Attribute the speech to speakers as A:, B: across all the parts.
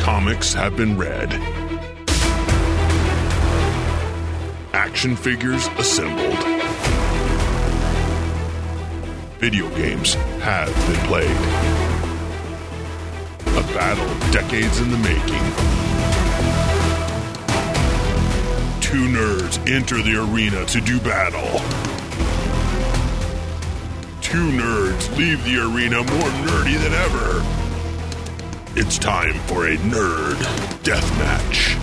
A: Comics have been read. Action figures assembled. Video games have been played. A battle decades in the making. Two nerds enter the arena to do battle. Two nerds leave the arena more nerdy than ever. It's time for a nerd death match.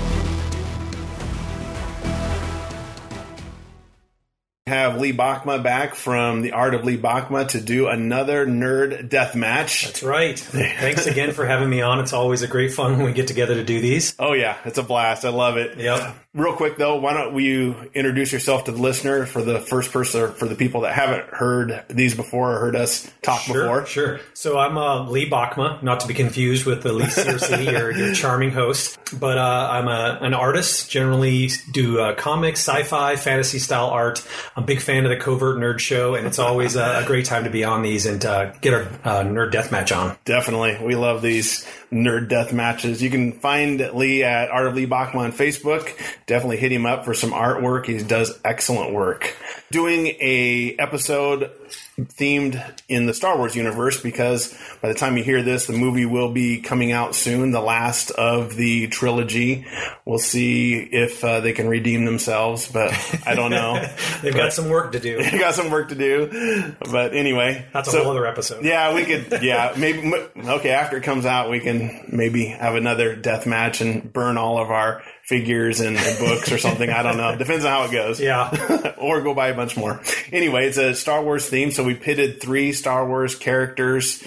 B: have Lee Bachma back from the Art of Lee Bachma to do another nerd death match.
C: That's right. Thanks again for having me on. It's always a great fun when we get together to do these.
B: Oh yeah, it's a blast. I love it.
C: Yep.
B: Real quick though, why don't you introduce yourself to the listener for the first person or for the people that haven't heard these before or heard us talk
C: Sure,
B: before?
C: sure. So I'm uh, Lee Bachma, not to be confused with the Lee Searcy, your, your charming host. But uh, I'm a, an artist, generally do uh, comics, sci-fi, fantasy style art. I'm a big fan of the Covert Nerd Show, and it's always a, a great time to be on these and uh, get our uh, nerd death match on.
B: Definitely. We love these nerd death matches. You can find Lee at Art of Lee Bachman on Facebook. Definitely hit him up for some artwork. He does excellent work. Doing a episode themed in the Star Wars universe because by the time you hear this, the movie will be coming out soon, the last of the trilogy. We'll see if uh, they can redeem themselves, but I don't know.
C: They've got some work to do.
B: They got some work to do. But anyway,
C: That's a
B: so-
C: whole other episode.
B: yeah, we could. Yeah, maybe. m- Okay, after it comes out, we can maybe have another death match and burn all of our figures and, and books or something. I don't know. Depends on how it goes.
C: Yeah.
B: or go buy a bunch more. Anyway, it's a Star Wars theme, so we pitted three Star Wars characters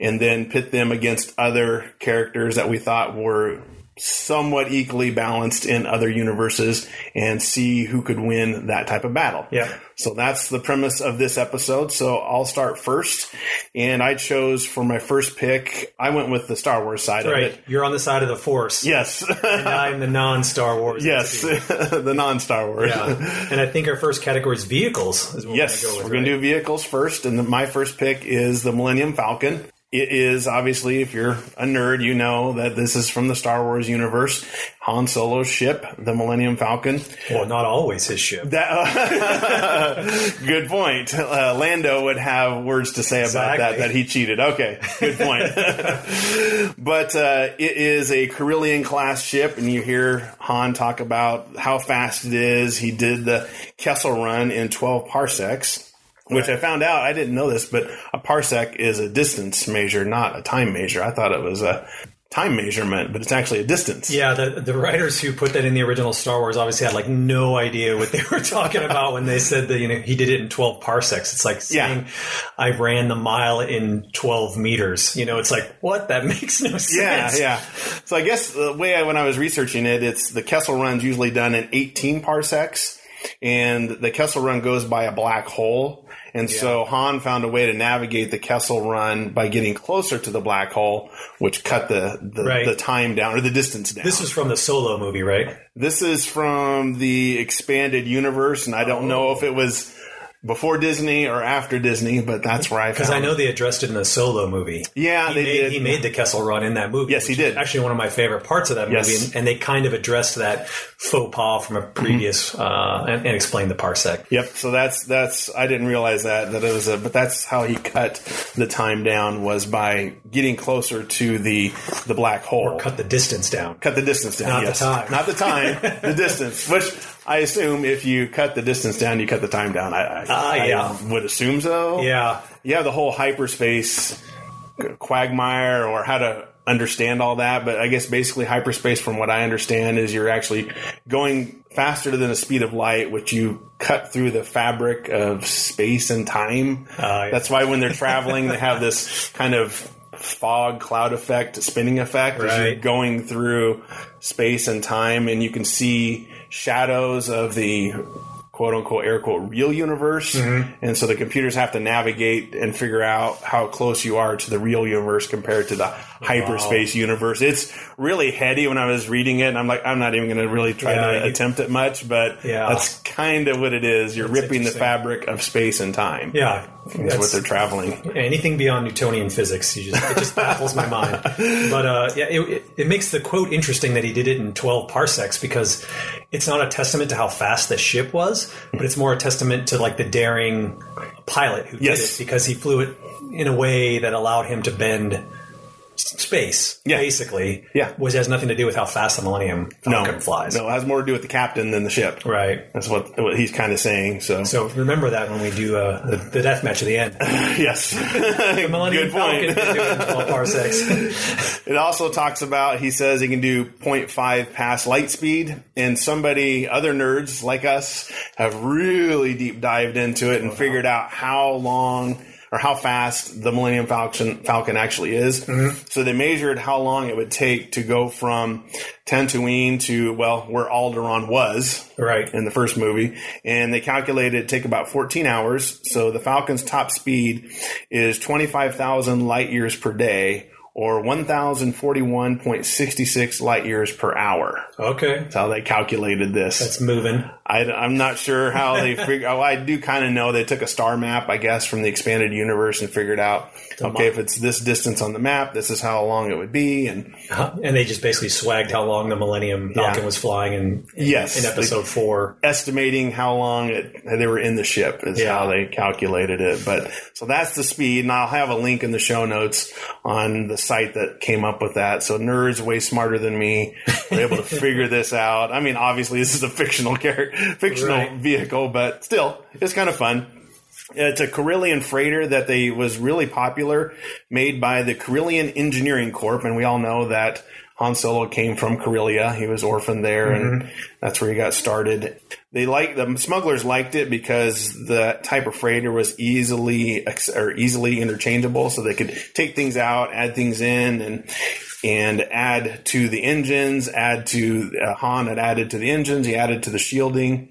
B: and then pit them against other characters that we thought were somewhat equally balanced in other universes and see who could win that type of battle.
C: Yeah.
B: So that's the premise of this episode. So I'll start first. And I chose for my first pick, I went with the Star Wars side of
C: Right.
B: it.
C: You're on the side of the Force.
B: Yes.
C: And I'm the non-Star Wars.
B: yes.
C: entity.
B: the non Star Wars.
C: Yeah. And I think our first category is vehicles. Is what
B: Yes,
C: we're going to go with.
B: we're going to do vehicles first, and the, my first pick is the Millennium Falcon. It is obviously, if you're a nerd, you know that this is from the Star Wars universe. Han Solo's ship, the Millennium Falcon.
C: do. Well, not always his ship.
B: That- good point. Uh, Lando would have words to say about that
C: Exactly.
B: that he cheated. Okay, good point. but uh, it is a Carillion class ship, and you hear Han talk about how fast it is. He did the Kessel Run in twelve parsecs. Which I found out, I didn't know this, but a parsec is a distance measure, not a time measure. I thought it was a time measurement, but it's actually a distance.
C: yeah, the, the writers who put that in the original Star Wars obviously had like no idea what they were talking about when they said that you know he did it in twelve parsecs. It's like
B: Yeah.
C: saying I ran the mile in twelve meters. You know, it's like what? That makes no sense.
B: Yeah, yeah. So I guess the way I, when I was researching it, it's the Kessel Run's usually done in 18 parsecs, and the Kessel Run goes by a black hole. And so Han found a way to navigate the Kessel Run by getting closer to the black hole, which cut the the,
C: Right.
B: the time down or the distance down.
C: This was from the Solo movie, right?
B: This is from the expanded universe, and I don't know
C: Oh.
B: if it was before Disney or after Disney, but that's where I
C: Because I
B: found
C: know they addressed it in the Solo movie.
B: Yeah,
C: he
B: they
C: made,
B: did.
C: He made the Kessel Run in that movie.
B: Yes, he
C: which is
B: did.
C: Actually, one of my favorite parts of that
B: Yes.
C: movie, and, and they kind of addressed that faux pas from a previous
B: Mm-hmm.
C: uh, and, and explained the parsec.
B: Yep. So that's that's I didn't realize that that it was a but that's how he cut the time down was by getting closer to the the black hole.
C: Cut the distance down.
B: Cut the distance down.
C: Not the
B: yes.
C: time.
B: Not the time. the distance. Which I assume if you cut the distance down, you cut the time down. I, I,
C: Ah,
B: I
C: yeah.
B: would assume so.
C: Yeah,
B: You have the whole hyperspace quagmire or how to understand all that, but I guess basically hyperspace from what I understand is you're actually going faster than the speed of light, which you cut through the fabric of space and time.
C: yeah.
B: That's why when they're traveling they have this kind of fog cloud effect, spinning effect as you're
C: Right.
B: going through space and time and you can see shadows of the quote unquote air quote real universe,
C: Mm-hmm.
B: and so the computers have to navigate and figure out how close you are to the real universe compared to the hyperspace universe. It's really heady when I was reading it, and I'm like, I'm not even going to really try
C: Yeah,
B: to
C: you-
B: attempt it much, but
C: Yeah.
B: that's kind of what it is. You're ripping the
C: interesting.
B: fabric of space and time.
C: Yeah,
B: Is what
C: that's-
B: they're traveling.
C: anything beyond Newtonian physics. You just, it just baffles my mind. But uh, yeah, it, it, it makes the quote interesting that he did it in 12 parsecs because it's not a testament to how fast the ship was, but it's more a testament to like the daring pilot who did
B: Yes.
C: it because he flew it in a way that allowed him to bend s- space.
B: Yeah.
C: basically.
B: Yeah.
C: which has nothing to do with how fast the Millennium
B: No,
C: Falcon flies.
B: no, it has more to do with the captain than the ship.
C: Right.
B: That's what what he's kind of saying. So,
C: So remember that when we do uh, the, the death match at the end.
B: yes,
C: Millennium
B: good
C: Falcon
B: point.
C: did it in 12 parsecs.
B: It also talks about he says he can do 0.5 past light speed, and somebody, other nerds like us, have really deep dived into it and figured out how long or how fast the Millennium Falcon Falcon actually is. So they measured how long it would take to go from Tatooine to well, where Alderaan was,
C: Right.
B: in the first movie, and they calculated it'd take about 14 hours. So the Falcon's top speed is 25,000 light years per day, or 1,041.66 light years per hour.
C: Okay.
B: That's how they calculated this.
C: It's moving.
B: I, am not sure how they figure. oh, I do kind of know they took a star map, I guess, from the expanded universe and figured out okay, if it's this distance on the map, this is how long it would be, and
C: And they just basically swagged how long the Millennium Falcon
B: Yeah.
C: was flying in, in,
B: Yes.
C: in episode four.
B: estimating how long it, they were in the ship is
C: Yeah.
B: how they calculated it. But so that's the speed, and I'll have a link in the show notes on the site that came up with that. So nerds way smarter than me were able to figure this out. I mean, obviously this is a fictional character, fictional
C: Right.
B: vehicle, but still, it's kind of fun. It's a Carillion freighter that they was really popular, made by the Carillion Engineering Corp, and we all know that Han Solo came from Carillia. He was orphaned there,
C: Mm-hmm.
B: and that's where he got started. They like the smugglers liked it because the type of freighter was easily ex- or easily interchangeable, so they could take things out, add things in, and and add to the engines. Add to uh, Han had added to the engines. He added to the shielding.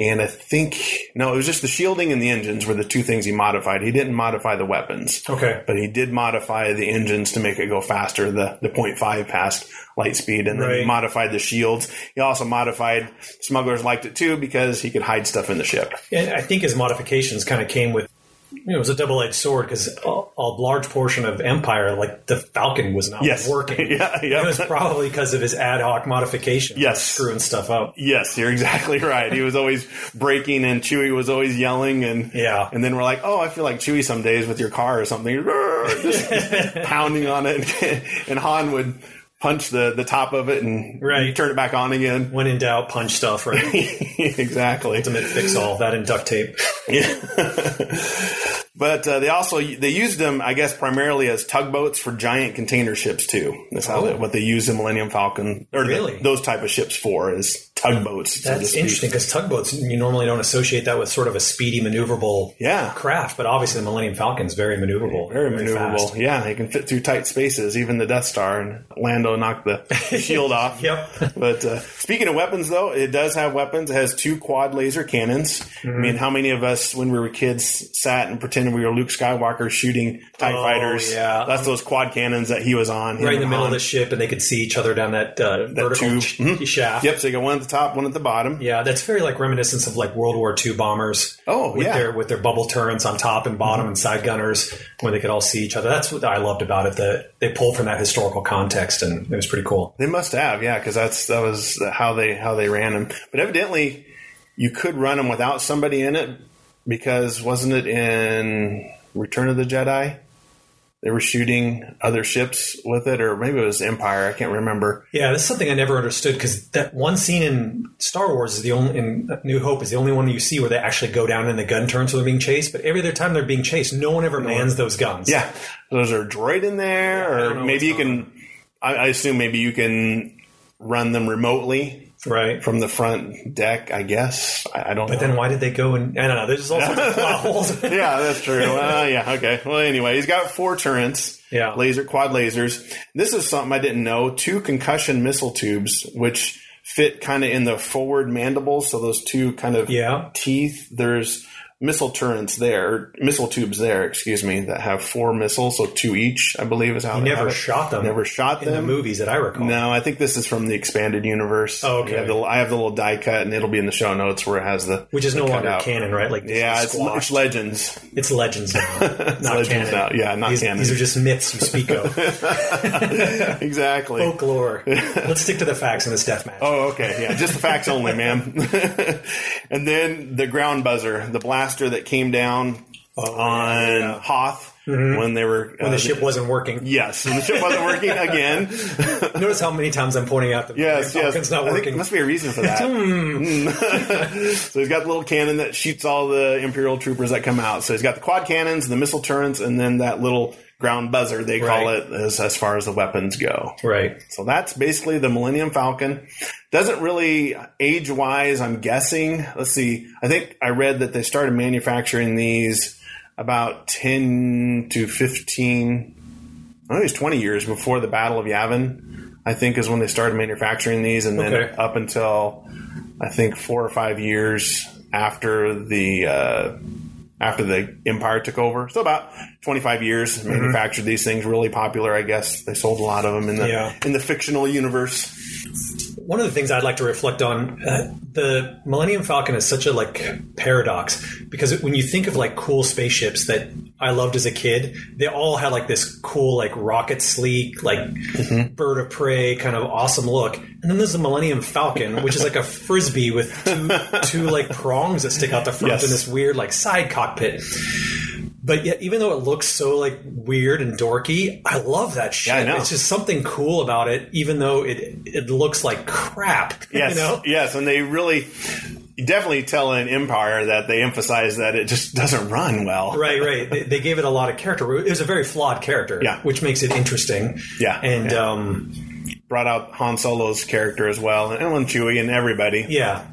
B: And I think no, it was just the shielding and the engines were the two things he modified. He didn't modify the weapons.
C: Okay.
B: But he did modify the engines to make it go faster, the, the 0.5 past light speed, and then he
C: Right.
B: modified the shields. He also modified smugglers liked it too because he could hide stuff in the ship.
C: And I think his modifications kind of came with, you know, it was a double edged sword because a, a large portion of Empire, like the Falcon, was not
B: Yes.
C: working.
B: Yeah, yeah.
C: It was probably because of his ad hoc modifications.
B: Yes.
C: Screwing stuff up.
B: Yes, you're exactly right. He was always breaking and Chewie was always yelling and
C: Yeah.
B: And then we're like, "Oh, I feel like Chewie some days with your car or something." Just pounding on it and Han would punch the the top of it and
C: Right.
B: turn it back on again.
C: When in doubt, punch stuff, right?
B: exactly.
C: Ultimate fix all that in duct tape.
B: But uh, they also they used them, I guess, primarily as tugboats for giant container ships too. That's how they- what they use the Millennium Falcon or the-
C: Oh. Really?
B: those type of ships for is tugboats. so to
C: That's
B: speak.
C: interesting because tugboats, you normally don't associate that with sort of a speedy, maneuverable
B: Yeah.
C: craft, but obviously the Millennium Falcon's very maneuverable.
B: Very maneuverable.
C: fast.
B: Yeah, it can fit through tight spaces, even the Death Star. And Lando knocked the shield off.
C: Yep.
B: But uh, speaking of weapons, though, it does have weapons. It has two quad laser cannons.
C: Mm-hmm.
B: I mean, how many of us, when we were kids, sat and pretended we were Luke Skywalker shooting TIE
C: Oh,
B: fighters?
C: yeah.
B: That's those quad cannons that he was on. him
C: Right in the
B: and
C: middle
B: Han.
C: of the ship, and they could see each other down that, uh, vertical
B: tube. Mm-hmm.
C: sh- shaft.
B: Yep, so you got one at the top, one at the bottom.
C: Yeah, that's very like reminiscent of like World War II bombers.
B: Oh,
C: with
B: yeah. Mm-hmm.
C: their with their bubble turrets on top and bottom and side gunners, where they could all see each other. That's what I loved about it. That they pulled from that historical context, and it was pretty cool.
B: They must have, yeah, because that's that was how they how they ran them. But evidently, you could run them without somebody in it because wasn't it in Return of the Jedi? They were shooting other ships with it, or maybe it was Empire. I can't remember.
C: Yeah, that's something I never understood because that one scene in Star Wars is the only in New Hope is the only one you see where they actually go down in the gun turns when they're being chased. But every other time they're being chased, no one ever mans those guns.
B: Yeah, there's a droid in there,
C: don't know
B: or maybe you
C: what's going
B: can. I, I assume maybe you can run them remotely
C: right.
B: from the front deck. I guess I, I don't. know.
C: Then why did they go and I don't know? There's all sorts of plot holes.
B: yeah, that's true. Well, yeah, okay. Well, anyway, he's got four turrets.
C: Yeah.
B: Laser, quad lasers. This is something I didn't know. Two concussion missile tubes, which fit kind of in the forward mandible, so those two kind of
C: Yeah.
B: teeth. There's missile turrets there, or missile tubes there, excuse me, that have four missiles, so two each, I believe is how they have
C: Never
B: it.
C: shot them.
B: Never shot
C: in the
B: them.
C: movies that I recall.
B: No, I think this is from the expanded universe.
C: Oh, okay.
B: I have, the, I have the little die cut, and it'll be in the show notes where it has the.
C: Which is no
B: the
C: longer
B: cutout.
C: canon, right? Like this
B: Yeah,
C: is
B: it's,
C: squashed.
B: it's legends.
C: It's legends now, not
B: legends
C: canon.
B: now. Yeah, not
C: these,
B: canon.
C: These are just myths you speak of,
B: exactly.
C: folklore. Let's stick to the facts in this death match.
B: Oh, okay. Yeah, just the facts only, ma'am. and then the ground buzzer, the blaster that came down
C: Oh,
B: on Hoth when they were
C: Mm-hmm.
B: uh,
C: when the ship wasn't working.
B: Yes, when the ship wasn't working again.
C: Notice how many times I'm pointing out the
B: Yes, yes.
C: Falcon's not
B: I think
C: working. Hmm.
B: must be a reason for that. Mm. so he's got the little cannon that shoots all the Imperial troopers that come out. So he's got the quad cannons, the missile turrets, and then that little ground buzzer they call
C: Right.
B: it as, as far as the weapons go.
C: right.
B: So that's basically the Millennium Falcon. Doesn't really age wise, I'm guessing. Let's see. I think I read that they started manufacturing these about 10 to 15, I think it was 20 years before the Battle of Yavin, I think is when they started manufacturing these. And then
C: Okay.
B: up until, I think, four or five years after the. Uh, after the empire took over, so about 25 years
C: Mm-hmm.
B: manufactured these things. Really popular, I guess. They sold a lot of them in the
C: Yeah.
B: in the fictional universe.
C: One of the things I'd like to reflect on uh, the Millennium Falcon is such a like paradox because when you think of like cool spaceships that I loved as a kid, they all had like this cool like rocket sleek like bird of prey kind of awesome look, and then there's the Millennium Falcon, which is like a frisbee with two, two like prongs that stick out the front
B: Yes.
C: and this weird like side cockpit. But yet, even though it looks so like weird and dorky, I love that shit.
B: I know.
C: It's just something cool about it, even though it it looks like crap.
B: Yes,
C: you know.
B: yes, and they really you definitely tell an empire that they emphasize that it just doesn't run well.
C: Right, right. They, they gave it a lot of character. It was a very flawed character,
B: Yeah.
C: which makes it interesting.
B: Yeah,
C: and
B: yeah.
C: um,
B: Brought out Han Solo's character as well, and Ellen Chewie and everybody.
C: yeah,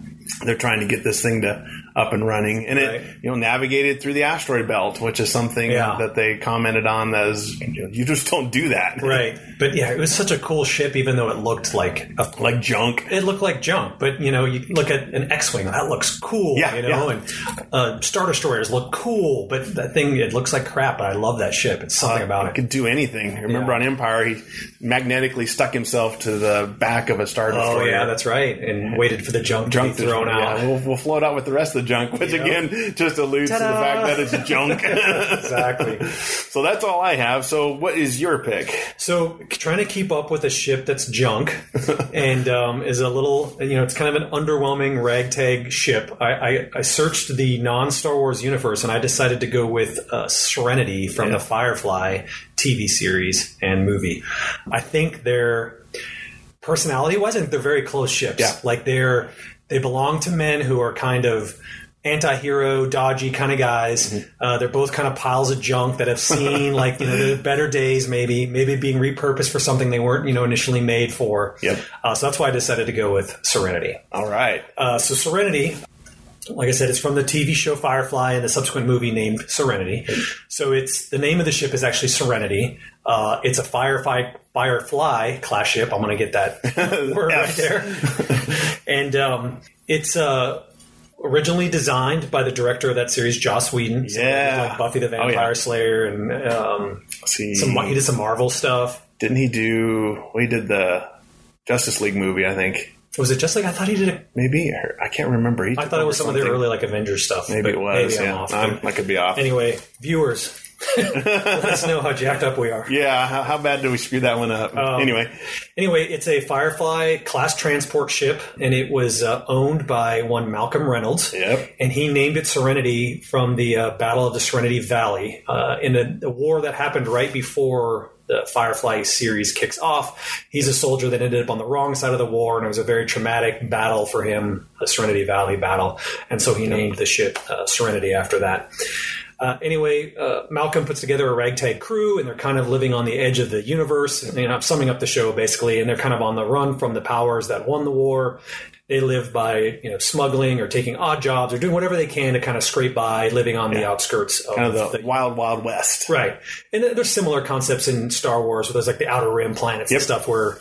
B: They're trying to get this thing to up and running, and
C: Right.
B: it you know navigated through the asteroid belt, which is something
C: Yeah.
B: that they commented on that is you, know, you just don't do that.
C: right. But yeah, it was such a cool ship, even though it looked like a
B: Like junk.
C: it looked like junk, but you know, you look at an X-wing, that looks cool,
B: Yeah,
C: you
B: yeah.
C: know, and uh, star destroyers look cool, but that thing it looks like crap. But I love that ship; it's something about it.
B: could do anything. I remember
C: Yeah.
B: on Empire, he magnetically stuck himself to the back of a star destroyer.
C: Oh yeah, that's right. And waited for the junk,
B: junk
C: to be thrown out.
B: Yeah, we'll, we'll float out with the rest of the junk, which again just alludes to the
C: Ta-da!
B: fact that it's junk.
C: Exactly.
B: so that's all I have. So what is your pick?
C: So trying to keep up with a ship that's junk and um, is a little, you know, it's kind of an underwhelming ragtag ship. I, I, I searched the non-Star Wars universe and I decided to go with uh, Serenity from the Firefly TV series and movie. I think they're personality wise, I think they're very close ships.
B: Yeah.
C: Like they're they belong to men who are kind of anti-hero, dodgy kind of guys.
B: Mm-hmm.
C: Uh, they're both kind of piles of junk that have seen like you know the better days, maybe maybe being repurposed for something they weren't you know initially made for.
B: Yep.
C: Uh, so that's why I decided to go with Serenity.
B: All right.
C: Uh, so Serenity, like I said, it's from the TV show Firefly and the subsequent movie named Serenity. So it's the name of the ship is actually Serenity. Uh, it's a Firefly Firefly class ship. I'm going to get that word right
B: Yes.
C: there. and um, it's uh, originally designed by the director of that series, Joss Whedon. So he did,
B: Yeah.
C: like Buffy the
B: Oh, yeah. Mm.
C: Vampire Slayer, and um,
B: Let's see,
C: some he did some Marvel stuff.
B: didn't he do? We did the Justice League movie, I think.
C: Was it just like I thought he did? A,
B: Maybe or- I can't remember. He
C: I thought it was some of the early like Avengers stuff.
B: Maybe
C: but
B: it was.
C: Maybe I'm
B: yeah,
C: off,
B: I'm-
C: but-
B: i could be off.
C: Anyway, viewers, let us know how jacked up we are.
B: yeah, how, how bad did we screw that one up?
C: Um,
B: anyway,
C: Anyway, it's a Firefly class transport ship, and it was uh, owned by one Malcolm Reynolds.
B: Yep.
C: And he named it Serenity from the uh, Battle of the Serenity Valley uh, in a, a war that happened right before the Firefly series kicks off. He's a soldier that ended up on the wrong side of the war, and it was a very traumatic battle for him, the Serenity Valley battle. And so he named the ship uh, Serenity after that. Uh, anyway, uh, Malcolm puts together a ragtag crew, and they're kind of living on the edge of the universe. And, you know, I'm summing up the show basically, and they're kind of on the run from the powers that won the war. They live by you know smuggling or taking odd jobs or doing whatever they can to kind of scrape by, living on the outskirts of
B: kind of
C: the
B: uh, the Wild Wild West.
C: Right. And there's similar concepts in Star Wars where there's like the Outer Rim planets and stuff where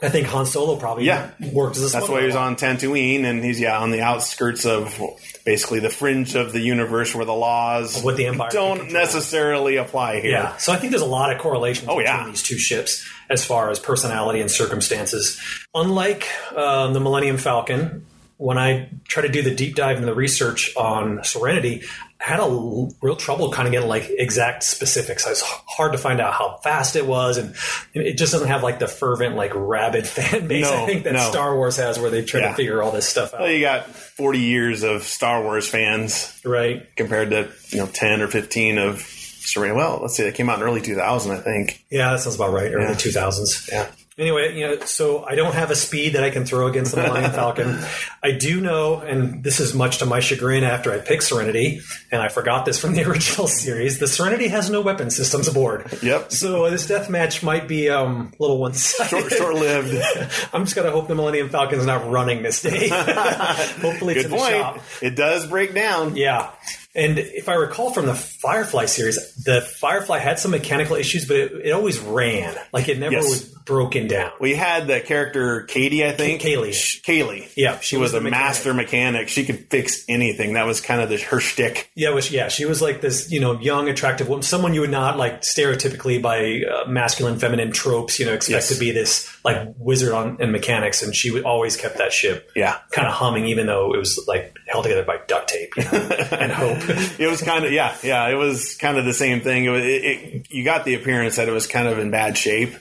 C: I think Han Solo probably
B: Yeah.
C: worked as a
B: That's
C: smuggler
B: why he
C: a
B: was
C: lot.
B: on Tatooine, and he's yeah on the outskirts of basically the fringe of the universe where the laws
C: what the Empire can
B: don't
C: control.
B: necessarily apply here.
C: Yeah, so I think there's a lot of correlation
B: Oh,
C: between
B: yeah.
C: these two ships as far as personality and circumstances. Unlike um, the Millennium Falcon, when I try to do the deep dive into the research on Serenity, I had a l- real trouble kind of getting like exact specifics. It's hard to find out how fast it was, and it just doesn't have like the fervent, like rabid fan base.
B: No,
C: I think that
B: no.
C: Star Wars has, where they try
B: Yeah.
C: to figure all this stuff out,
B: Well, you got 40 years of Star Wars fans
C: right?
B: compared to you know 10 or 15 of Serena. Well, let's see, that came out in early 2000, I think.
C: Yeah, that sounds about right. Early
B: Yeah.
C: two thousands.
B: Yeah.
C: Anyway, you know, so I don't have a speed that I can throw against the Millennium Falcon. I do know, and this is much to my chagrin after I picked Serenity, and I forgot this from the original series. The Serenity has no weapon systems aboard.
B: Yep.
C: So this death match might be um, a little one
B: Short,
C: sided.
B: short-lived.
C: I'm just gonna hope the Millennium Falcon's not running this day. Hopefully, it's
B: Good
C: in the shop.
B: point. It does break down.
C: Yeah. And if I recall from the Firefly series, the Firefly had some mechanical issues, but it, it always ran. Like it never
B: Yes.
C: was broken down.
B: We had the character Katie, I think.
C: Kaylee.
B: Sh- Kaylee.
C: Yeah,
B: She was,
C: the
B: a
C: mechanic.
B: master mechanic. She could fix anything. That was kind of the, her shtick.
C: Yeah, which, yeah, she was like this, you know, young, attractive woman, someone you would not like stereotypically by uh, masculine, feminine tropes, you know, expect
B: Yes.
C: to be this like wizard on in mechanics, and she would always kept that ship
B: Yeah.
C: kind of humming, even though it was like held together by duct tape you know, and hope.
B: It was kind of yeah, yeah. It was kind of the same thing. It, was, it, it you got the appearance that it was kind of in bad shape,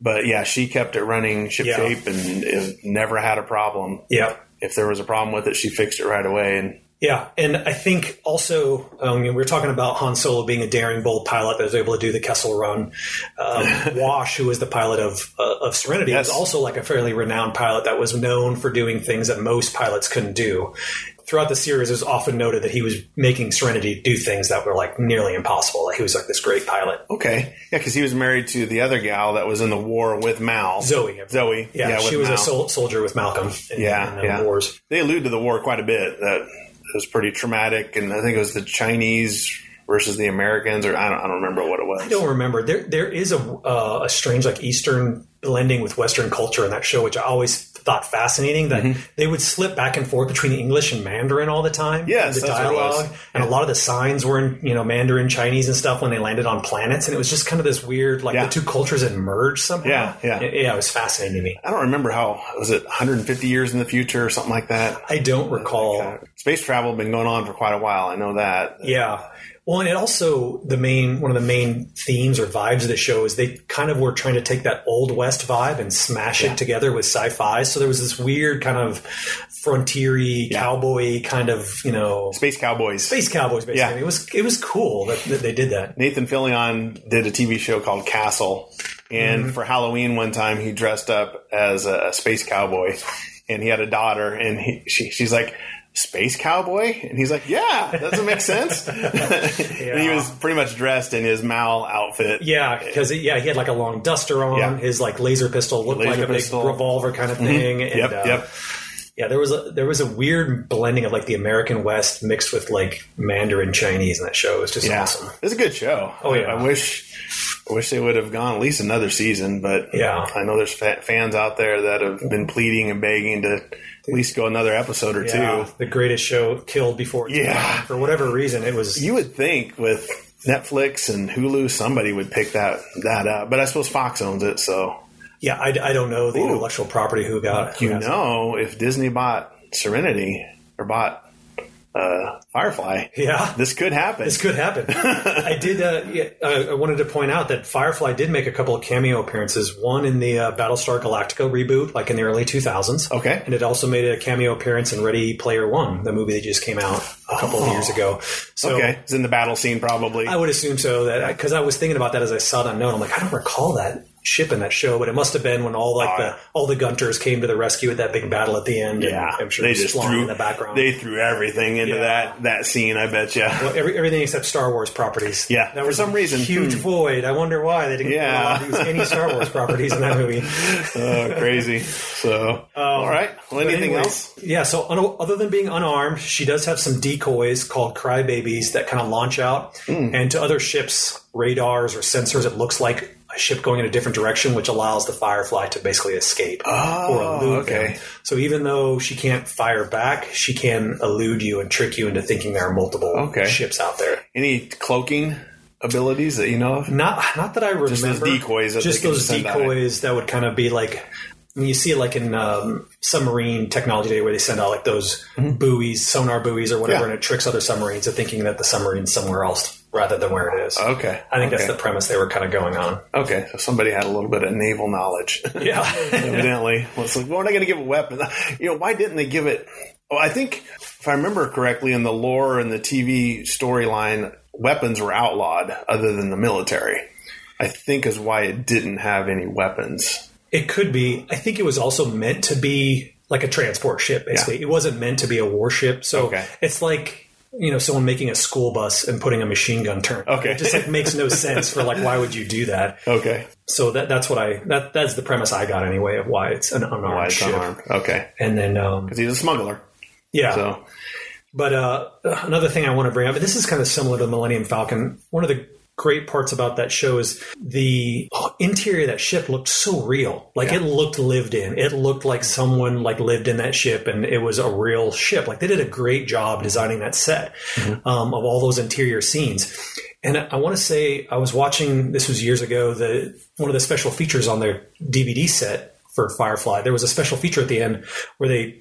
B: but yeah, she kept it running ship
C: Yeah.
B: shape and it never had a problem.
C: Yeah.
B: If there was a problem with it, she fixed it right away. And
C: Yeah, and I think also um, we were talking about Han Solo being a daring, bold pilot that was able to do the Kessel Run. Um, Wash, who was the pilot of uh, of Serenity,
B: Yes.
C: was also like a fairly renowned pilot that was known for doing things that most pilots couldn't do. Throughout the series, it was often noted that he was making Serenity do things that were like nearly impossible. Like he was like this great pilot.
B: okay, yeah, because he was married to the other gal that was in the war with Mal,
C: Zoe,
B: Zoe.
C: yeah, she
B: with
C: was
B: Mal.
C: a sol- soldier with Malcolm. In,
B: Yeah,
C: in the
B: yeah.
C: wars.
B: They allude to the war quite a bit. That it was pretty traumatic, and I think it was the Chinese versus the Americans, or I don't, I don't remember what it was.
C: I don't remember. There there is a uh, a strange like Eastern blending with Western culture in that show, which I always thought fascinating. That
B: Mm-hmm.
C: they would slip back and forth between English and Mandarin all the time.
B: Yes,
C: the
B: that's what it was.
C: dialogue and a lot of the signs were in you know Mandarin Chinese and stuff when they landed on planets, and it was just kind of this weird like
B: Yeah.
C: the two cultures had merged somehow.
B: Yeah, yeah.
C: yeah. It was fascinating to me.
B: I don't remember how was it 150 years in the future or something like that.
C: I don't recall.
B: Space travel been going on for quite a while. I know that.
C: Yeah. Well, and it also the main one of the main themes or vibes of the show is they kind of were trying to take that old west vibe and smash it together with sci-fi. So there was this weird kind of frontiery cowboy kind of you know
B: Space Cowboys.
C: space cowboys. Basically,
B: Yeah.
C: I mean, it was it was cool that, that they did that.
B: Nathan Fillion did a TV show called Castle, and
C: Mm-hmm.
B: for Halloween one time he dressed up as a, a space cowboy, and he had a daughter, and he, she, she's like. Space cowboy, and he's like, "Yeah, doesn't make sense." and he was pretty much dressed in his Mal outfit.
C: Yeah, because yeah, he had like a long duster on.
B: Yeah.
C: His like laser pistol looked
B: Laser
C: like a
B: pistol. Mm-hmm.
C: big revolver kind of thing. And,
B: Yep,
C: uh,
B: yep.
C: Yeah, there was a there was a weird blending of like the American West mixed with like Mandarin Chinese in that show. It was just
B: Yeah,
C: awesome.
B: it's a good show.
C: Oh, yeah.
B: I, I wish, I wish they would have gone at least another season. But
C: Yeah.
B: I know there's fa- fans out there that have been pleading and begging to at least go another episode or
C: Yeah,
B: two.
C: the greatest show killed before. its
B: Yeah.
C: time. for whatever reason, it was.
B: You would think with Netflix and Hulu, somebody would pick that that up. But I suppose Fox owns it, so
C: Yeah, I, I don't know the
B: Ooh.
C: intellectual property who got.
B: you
C: who has-
B: know if Disney bought Serenity or bought uh, Firefly,
C: Yeah.
B: this could happen.
C: This could happen. I did. Uh, yeah, uh, I wanted to point out that Firefly did make a couple of cameo appearances. One in the uh, Battlestar Galactica reboot, like in the early two thousands.
B: Okay.
C: and it also made a cameo appearance in Ready Player One, the movie that just came out a couple of years ago. So
B: Oh. okay, it's in the battle scene probably.
C: I would assume so. That because I was thinking about that as I saw that note, I'm like, I don't recall that ship in that show, but it must have been when all like
B: Oh, yeah.
C: the all the Gunters came to the rescue at that big battle at the end. and
B: yeah,
C: I'm sure
B: they
C: it was
B: just
C: flying
B: threw
C: in the background.
B: They threw everything into
C: Yeah.
B: that that scene. I bet you.
C: Well, every, everything except Star Wars properties.
B: Yeah,
C: that
B: for
C: was
B: some
C: a
B: reason, Hmm.
C: huge void. I wonder why they didn't
B: Yeah.
C: allow these- any Star Wars properties in that movie.
B: oh, crazy. So, all right. Well, anything
C: Um, Anyways,
B: else?
C: Yeah. So un- other than being unarmed, she does have some decoys called
B: Hmm.
C: crybabies that kind of launch out and to other ships, radars or sensors. It looks like a ship going in a different direction, which allows the Firefly to basically escape
B: Oh, okay.
C: them. So even though she can't fire back, she can elude you and trick you into thinking there are multiple
B: Okay.
C: ships out there.
B: Any cloaking abilities that you know of?
C: Not not that I remember.
B: those decoys that
C: Just
B: they can
C: those
B: send out.
C: decoys that would kind of be like. You see it like in um, submarine technology today, where they send out like those buoys, sonar buoys, or whatever,
B: Mm-hmm. Yeah.
C: and it tricks other submarines into thinking that the submarine's somewhere else rather than where it is.
B: Okay.
C: I think
B: Oh, okay.
C: that's the premise they were kind of going on.
B: Okay, so somebody had a little bit of naval knowledge,
C: Yeah.
B: evidently. Well, it's like, well, we're not going to give it weapons. You know, why didn't they give it? Well, I think, if I remember correctly, in the lore and the TV storyline, weapons were outlawed other than the military. I think is why it didn't have any weapons.
C: It could be. I think it was also meant to be like a transport ship, basically. It wasn't meant to be a warship. So
B: Okay.
C: it's like, you know, someone making a school bus and putting a machine gun turret.
B: Okay.
C: It just like makes no sense for like, why would you do that?
B: Okay.
C: So that, that's what I, that, that's the premise I got anyway of why it's an unarmed
B: Why it's
C: ship.
B: unarmed. Okay.
C: And then, um,
B: Because he's a smuggler.
C: yeah.
B: So,
C: But uh, another thing I want to bring up, and this is kind of similar to the Millennium Falcon. One of the great parts about that show is the interior of that ship looked so real. Like it looked lived in. It looked like someone like lived in that ship, and it was a real ship. Like they did a great job designing that set um, of all those interior scenes. And I want to say I was watching this was years ago. The one of the special features on their DVD set for Firefly. There was a special feature at the end where they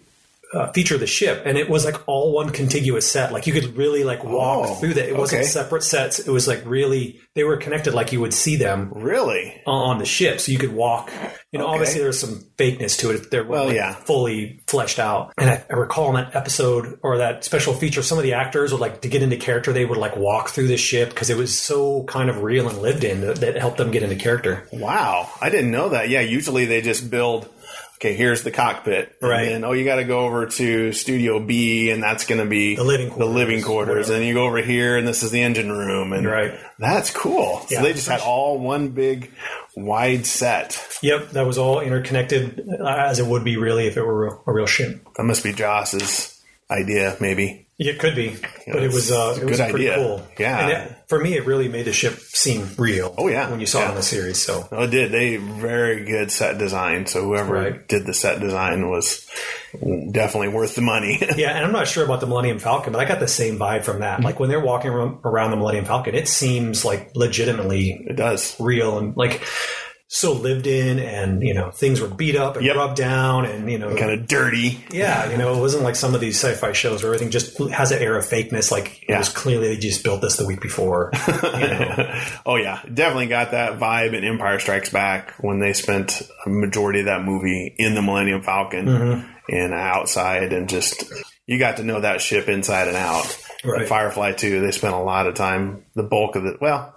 C: uh, feature the ship and it was like all one contiguous set like you could really like walk
B: Oh,
C: through that it wasn't
B: okay.
C: separate sets it was like really they were connected like you would see them
B: really?
C: o- on the ship so you could walk you know
B: Okay.
C: obviously there's some fakeness to it if they're
B: Well,
C: like,
B: yeah.
C: fully fleshed out and I, I recall in that episode or that special feature some of the actors would like to get into character they would like walk through the ship because it was so kind of real and lived in that, that helped them get into character
B: Wow. I didn't know that. Yeah, usually they just build. Okay, here's the cockpit.
C: Right.
B: And then, oh, you got to go over to Studio B, and that's going to be
C: The living
B: the living quarters. And you go over here, and this is the engine room. And
C: Right.
B: that's cool.
C: Yeah.
B: So they just had all one big wide set.
C: yep that was all interconnected uh, as it would be really if it were a- a real ship
B: That must be Joss's idea, maybe.
C: Yeah, It could be, but it was uh,
B: it's a
C: it was
B: good
C: pretty
B: idea.
C: cool.
B: Yeah.
C: and it, for me, it really made the ship seem real.
B: Oh, yeah.
C: when you saw
B: Yeah.
C: it in the series, so
B: Oh, it did. They very good set design. So whoever
C: Right.
B: did the set design was definitely worth the money.
C: yeah. And I'm not sure about the Millennium Falcon, but I got the same vibe from
B: Mm-hmm.
C: that. Like when they're walking ar- around the Millennium Falcon, it seems like legitimately
B: it does.
C: real and like so lived in, and you know things were beat up and
B: Yep.
C: rubbed down, and you know.
B: Kind of dirty.
C: yeah, you know, it wasn't like some of these sci-fi shows where everything just has an air of fakeness. Like it was clearly they just built this the week before. You know?
B: Oh yeah, definitely got that vibe in Empire Strikes Back when they spent a majority of that movie in the Millennium Falcon
C: Mm-hmm.
B: and outside, and just you got to know that ship inside and out.
C: Right.
B: And Firefly too, they spent a lot of time. The bulk of the well,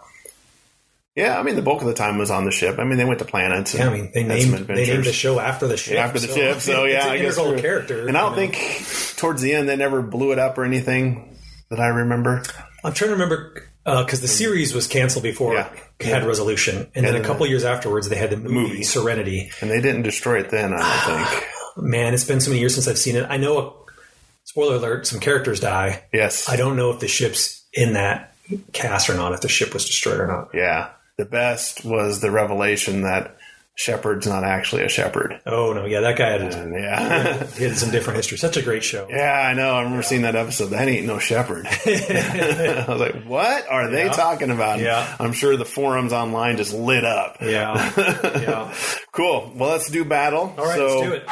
B: yeah, I mean the bulk of the time was on the ship. I mean they went to planets. And
C: Yeah, I mean, they
B: had some
C: named, they named
B: adventures
C: the show after the ship.
B: after the ship. So yeah,
C: it's an
B: I guess
C: integral
B: we're-
C: character.
B: And I
C: you
B: don't
C: know.
B: think towards the end they never blew it up or anything that I remember.
C: I'm trying to remember because the series was canceled before
B: Hmm. Yeah.
C: it had resolution, and then a couple years afterwards they had the movie,
B: movie.
C: Serenity.
B: And they didn't destroy it then. I don't think.
C: Man, it's been so many years since I've seen it. I know, spoiler alert, some characters die.
B: Yes,
C: I don't know if the ship's in that cast or not, if the ship was destroyed or not.
B: Yeah. The best was the revelation that Shepard's not actually a shepherd.
C: Oh no, yeah, that guy had,
B: Yeah.
C: he had some different history. Such a great show.
B: yeah, I know. I remember seeing that episode. That ain't no shepherd. I was like, what are they talking about?
C: Yeah.
B: I'm sure the forums online just lit up.
C: Yeah, yeah.
B: Cool. Well, let's do battle.
C: All right,
B: so,
C: let's do it.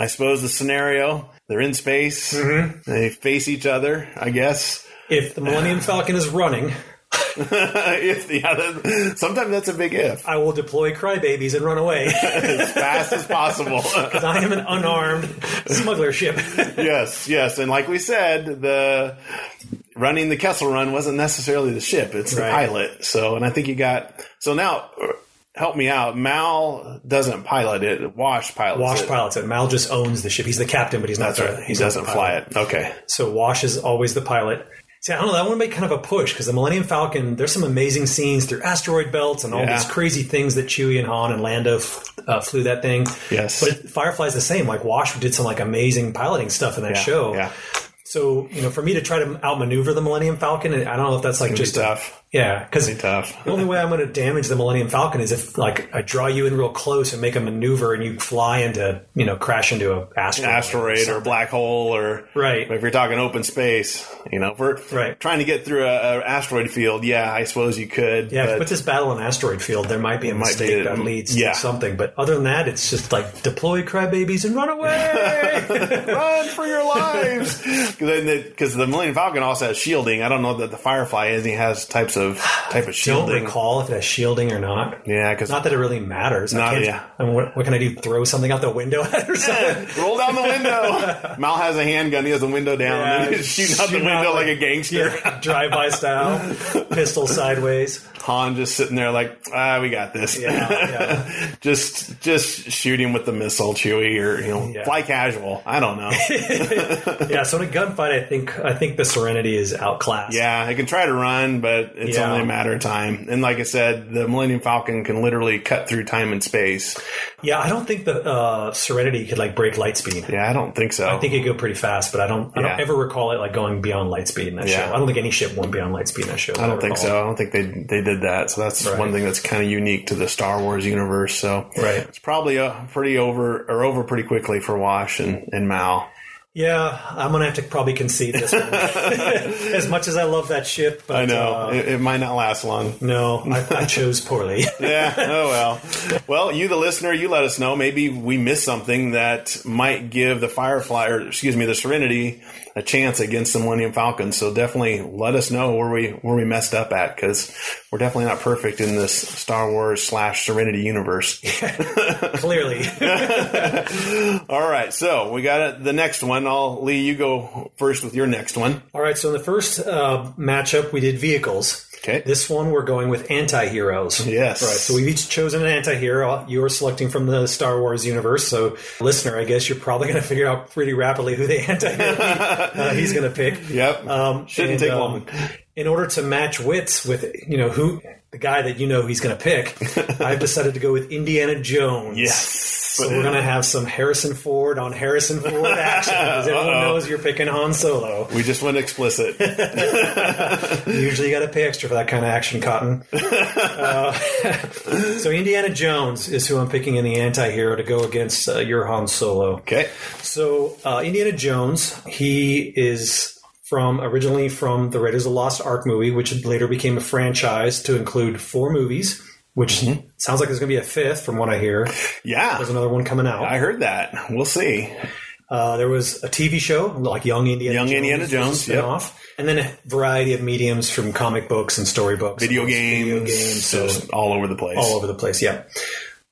B: I suppose the scenario they're in space,
C: Mm-hmm.
B: they face each other, I guess.
C: If the Millennium Falcon is running,
B: if the other, sometimes that's a big if.
C: I will deploy crybabies and run away.
B: As fast as possible.
C: I am an unarmed smuggler ship.
B: yes, yes, and like we said, the running the Kessel Run wasn't necessarily the ship; it's the
C: Right.
B: pilot. So, and I think you got so now. uh, Help me out. Mal doesn't pilot it. Wash pilots
C: Wash
B: it.
C: pilots it. Mal just owns the ship. He's the captain, but he's not.
B: That's
C: the,
B: right. He
C: he's not
B: doesn't
C: the
B: fly
C: pilot.
B: it. Okay.
C: So Wash is always the pilot. See, I don't know. That would make kind of a push because the Millennium Falcon. There's some amazing scenes through asteroid belts and all
B: Yeah.
C: these crazy things that Chewie and Han and Lando f- uh, flew that thing.
B: Yes.
C: But Firefly's the same. Like Wash did some like amazing piloting stuff in that show.
B: Yeah.
C: So you know, for me to try to outmaneuver the Millennium Falcon, I don't know if that's like
B: Just
C: just a,
B: tough.
C: yeah, because
B: Pretty tough.
C: the only way I'm going to damage the Millennium Falcon is if like I draw you in real close and make a maneuver, and you fly into you know crash into a asteroid.
B: asteroid or black hole or
C: Right.
B: If you're talking open space, you know, if we're
C: Right.
B: trying to get through a, a asteroid field, yeah, I suppose you could.
C: Yeah, if you
B: but
C: put this battle in asteroid field, there might be a
B: might
C: mistake
B: be a-
C: that leads
B: yeah.
C: to something. But other than that, it's just like deploy crybabies and run away.
B: run for your lives because the, Millennium Falcon also has shielding. I don't know that the Firefly is. He has types of type of
C: Don't
B: shielding.
C: recall if it has shielding or not.
B: Yeah, because
C: Not that it really matters. I
B: Not-
C: can't-
B: yeah.
C: I mean, what, what can I do? Throw something out the window at it or something?
B: roll down the window. Mal has a handgun. He has the window down.
C: Yeah,
B: and he's shooting out the
C: shoot
B: window
C: out,
B: like, a
C: like-
B: gangster.
C: Yeah, drive by style, pistol sideways.
B: Han just sitting there like, ah, we got this.
C: Yeah, yeah.
B: just just shoot him with the missile, Chewie, or you know,
C: Yeah.
B: fly casual. I don't know.
C: yeah. So in a gunfight, I think I think the Serenity is outclassed.
B: Yeah, it can try to run, but it's
C: Yeah.
B: only a matter of time. And like I said, the Millennium Falcon can literally cut through time and space.
C: yeah. I don't think the uh, Serenity could like break light speed.
B: Yeah, I don't think so.
C: I think it go pretty fast, but I don't. I don't
B: Yeah.
C: ever recall it like going beyond light speed in that
B: Yeah.
C: show. I don't think any ship went beyond light speed in that show.
B: I don't think so. I don't think they they did that. So that's
C: Right.
B: one thing that's kind of unique to the Star Wars universe. So
C: Right.
B: it's probably uh pretty over or over pretty quickly for Wash and, and Mal.
C: Yeah, I'm gonna have to probably concede this one. as much as I love that ship, but
B: I know
C: uh,
B: it, it might not last long.
C: no, I, I chose poorly.
B: yeah. Oh well. Well, you, the listener, you let us know. Maybe we missed something that might give the Firefly, or excuse me, the Serenity, a chance against the Millennium Falcon. So definitely let us know where we where we messed up at because we're definitely not perfect in this Star Wars slash Serenity universe.
C: Clearly,
B: All right. So we got it. The next one. I'll Lee. You go first with your next one.
C: All right, so in the first uh, matchup, we did vehicles.
B: Okay.
C: This one, we're going with anti heroes.
B: Yes.
C: Right, so we've each chosen an anti hero. You're selecting from the Star Wars universe. So, listener, I guess you're probably going to figure out pretty rapidly who the anti hero uh, he's going to pick.
B: Yep. Shouldn't
C: And,
B: take
C: um,
B: long.
C: in order to match wits with, you know, who the guy that you know he's going to pick, I've decided to go with Indiana Jones.
B: Yes.
C: So we're going to have some Harrison Ford on Harrison Ford action. Because everyone
B: Uh-oh.
C: knows you're picking Han Solo.
B: We just went explicit.
C: Usually, you got to pay extra for that kind of action, Cotton. Uh, so, Indiana Jones is who I'm picking in the anti-hero to go against uh, your Han Solo.
B: Okay.
C: So, uh, Indiana Jones, he is from originally from the Raiders of the Lost Ark movie, which later became a franchise to include four movies. Which
B: Mm-hmm.
C: sounds like there's going to be a fifth, from what I hear.
B: Yeah.
C: There's another one coming out.
B: I heard that. We'll see.
C: Uh, there was a TV show like Young Indiana
B: Young
C: Jones,
B: Indiana
C: was a
B: Jones, yep.
C: spinoff, and then a variety of mediums from comic books and storybooks,
B: video games,
C: video games, so
B: just all over the place.
C: all over the place. Yeah.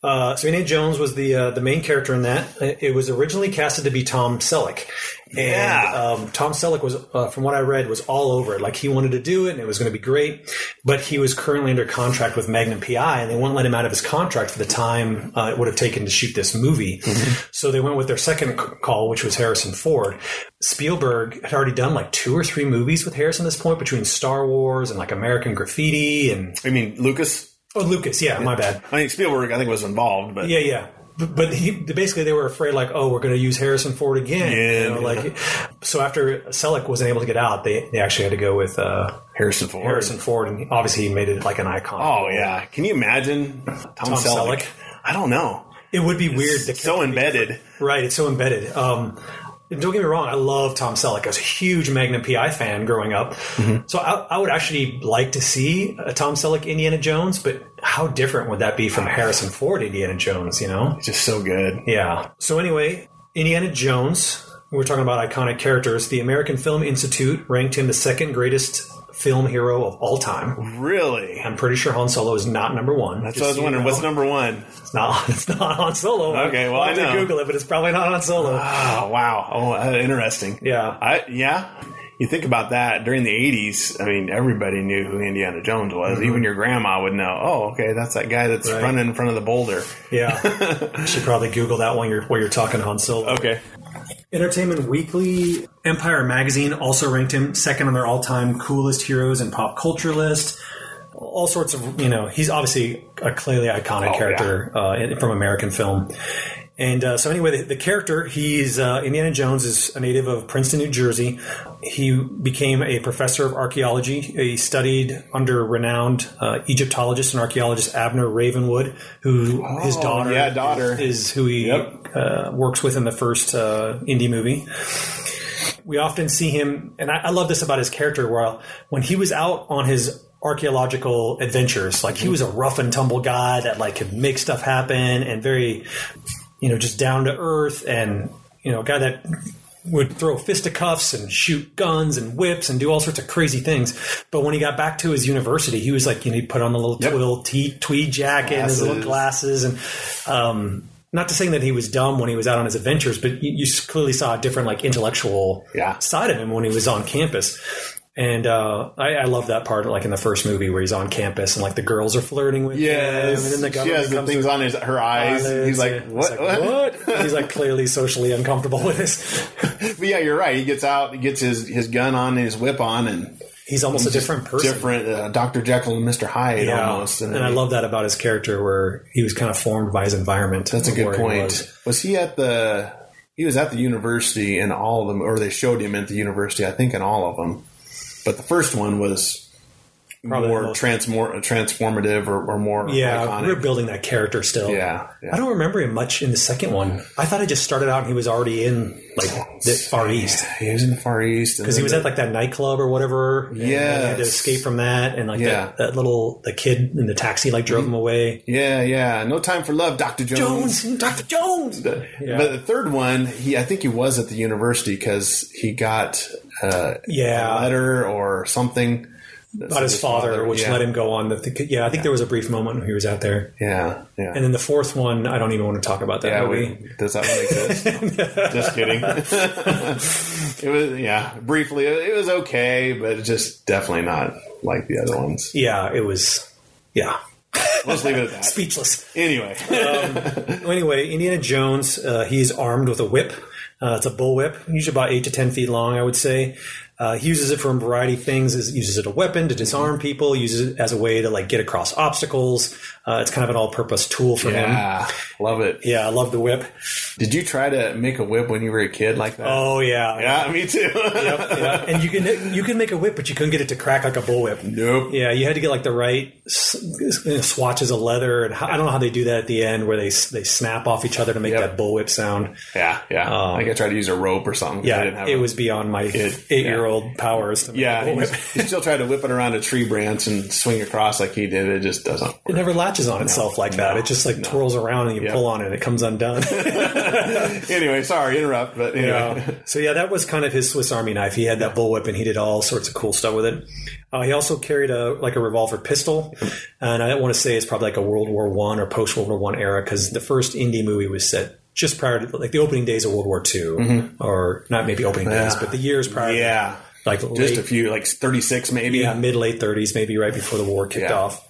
C: Uh, so Indiana Jones was the uh, the main character in that. Uh, It it was originally casted to be Tom Selleck, and
B: Yeah.
C: um, Tom Selleck was, uh, from what I read, was all over it. Like he wanted to do it, and it was going to be great. But he was currently under contract with Magnum PI, and they wouldn't let him out of his contract for the time uh, it would have taken to shoot this movie. So they went with their second c- call, which was Harrison Ford. Spielberg had already done like two or three movies with Harrison at this point, between Star Wars and like American Graffiti and
B: I mean, Lucas.
C: oh Lucas, yeah. my bad.
B: I mean, Spielberg. I think was involved, but
C: Yeah, yeah. But- But he basically they were afraid like oh we're going to use Harrison Ford again
B: Yeah,
C: You know,
B: yeah.
C: like so after Selleck wasn't able to get out they, they actually had to go with uh,
B: Harrison Ford.
C: Harrison Ford and obviously he made it like an icon
B: Oh yeah. Can you imagine Tom, Selleck?
C: Selleck.
B: I don't know.
C: it would be weird to
B: So embedded.
C: right it's so embedded um, and don't get me wrong I love Tom Selleck I was a huge Magnum PI fan growing up so I, I would actually like to see a Tom Selleck Indiana Jones but how different would that be from Harrison Ford Indiana Jones you know
B: Just so good.
C: Yeah. So anyway, Indiana Jones. We're talking about iconic characters. The American Film Institute ranked him the second greatest film hero of all time.
B: Really.
C: I'm pretty sure Han Solo is not number one.
B: That's what I was wondering. What's number one?
C: It's not. It's not Han Solo.
B: Okay, well, I
C: I'll have to
B: know.
C: Google it, but it's probably not Han Solo.
B: Oh wow. Oh, uh, interesting.
C: Yeah.
B: I yeah. You think about that during the '80s. I mean, everybody knew who Indiana Jones was. Even your grandma would know. Oh, okay, that's that guy that's
C: Mm-hmm. Right.
B: running in front of the boulder.
C: Yeah. should probably Google that while you're while you're talking Han Solo.
B: Okay.
C: Entertainment Weekly, Empire Magazine also ranked him second on their all-time coolest heroes and pop culture list. All sorts of, you know, he's obviously a clearly iconic
B: Oh, yeah.
C: character uh, in- from American film. And uh, so, anyway, the, the character, he's uh, Indiana Jones, is a native of Princeton, New Jersey. He became a professor of archaeology. He studied under renowned uh, Egyptologist and archaeologist Abner Ravenwood, who his daughter,
B: Oh, yeah, daughter.
C: is who he
B: Yep.
C: uh, works with in the first uh, indie movie. We often see him, and I, I love this about his character. While when he was out on his archaeological adventures, like he was a rough and tumble guy that like could make stuff happen and very, you know, just down to earth and you know, a guy that would throw fisticuffs and shoot guns and whips and do all sorts of crazy things. But when he got back to his university, he was like, you know, he put on the little twill te- tweed jacket and his little glasses and, um, not to saying that he was dumb when he was out on his adventures, but you, you clearly saw a different like intellectual
B: Yeah.
C: side of him when he was on campus. And uh, I, I love that part, like in the first movie where he's on campus and like the girls are flirting with him, and then the
B: she
C: government
B: has the
C: comes
B: things on his her eyes.
C: around
B: He's
C: and-
B: like, what?
C: He's
B: what?
C: like, what? he's like clearly socially uncomfortable with this.
B: But yeah, you're right. He gets out, he gets his his gun on, and his whip on, and
C: He's almost a different person.
B: different uh, Doctor Jekyll and Mister Hyde
C: Yeah.
B: almost.
C: and I love that about his character, where he was kind of formed by his environment.
B: That's a
C: of
B: good
C: where he
B: point.
C: was.
B: Was. he at the? He was at the university in all of them, or they showed him at the university, I think, in all of them. But the first one was
C: Probably the
B: more
C: most-
B: transmor- transformative or, or more
C: Yeah, we're
B: iconic.
C: building that character still.
B: Yeah, yeah.
C: I don't remember him much in the second one. I thought I just started out and he was already in like the Far East
B: He was in the Far East
C: because he was at like that nightclub or whatever. and then he had to
B: Yes.
C: escape from that and like
B: Yeah. Mm-hmm.
C: that, that little the kid in the taxi like drove him away.
B: yeah, yeah. No time for love, Doctor Jones.
C: Jones, Doctor Jones. Yeah.
B: But the third one, he I think he was at the university because he got uh, a
C: yeah,
B: letter or something
C: about his father, which
B: yeah.
C: let him go on. The, the yeah, I think there was a brief moment when he was out there.
B: Yeah, yeah.
C: And then the fourth one, I don't even want to talk about that
B: Yeah,
C: movie.
B: we, does that one exist? just kidding. it was yeah, briefly it was okay, but just definitely not like the other ones.
C: yeah, it was. Yeah,
B: Let's leave it at that.
C: speechless.
B: Anyway,
C: Well, anyway, Indiana Jones, uh, he's armed with a whip. Uh, it's a bullwhip, usually about eight to ten feet long, I would say. Uh, he uses it for a variety of things. Is- uses it a weapon to disarm people. Uses it as a way to like get across obstacles. Uh, it's kind of an all-purpose tool for him.
B: yeah, love it.
C: Yeah, I love the whip.
B: Did you try to make a whip when you were a kid like that?
C: Oh yeah,
B: yeah, me too.
C: yeah. And you can you can make a whip, but you couldn't get it to crack like a bullwhip.
B: Nope.
C: Yeah, you had to get like the right s- swatches of leather, and how, I don't know how they do that at the end where they s- they snap off each other to make
B: Yep.
C: that bullwhip sound.
B: Yeah, yeah. I think I tried to use a rope or something. 'cause I didn't
C: Um, Yeah,
B: have
C: it
B: a-
C: was beyond my eight-year-old powers. To make
B: Yeah,
C: a
B: he,
C: whip.
B: was- he still tried to whip it around a tree branch and swing across like he did. It just doesn't.
C: it never latches on itself like that. It just like twirls around and you
B: Yep.
C: pull on it, and it comes undone.
B: Anyway, sorry, interrupt, but anyway.
C: Yeah. so yeah, that was kind of his Swiss Army knife. He had that bullwhip, and he did all sorts of cool stuff with it. Uh, he also carried a like a revolver pistol, and I don't want to say it's probably like a World War One or post World War One era because the first indie movie was set just prior to like the opening days of World War 2 or not maybe opening days, but the years prior. to-
B: Mm-hmm. Yeah.
C: like
B: Just
C: late,
B: a few, like 36 maybe.
C: yeah, mid late thirties, maybe right before the war kicked
B: Yeah.
C: off.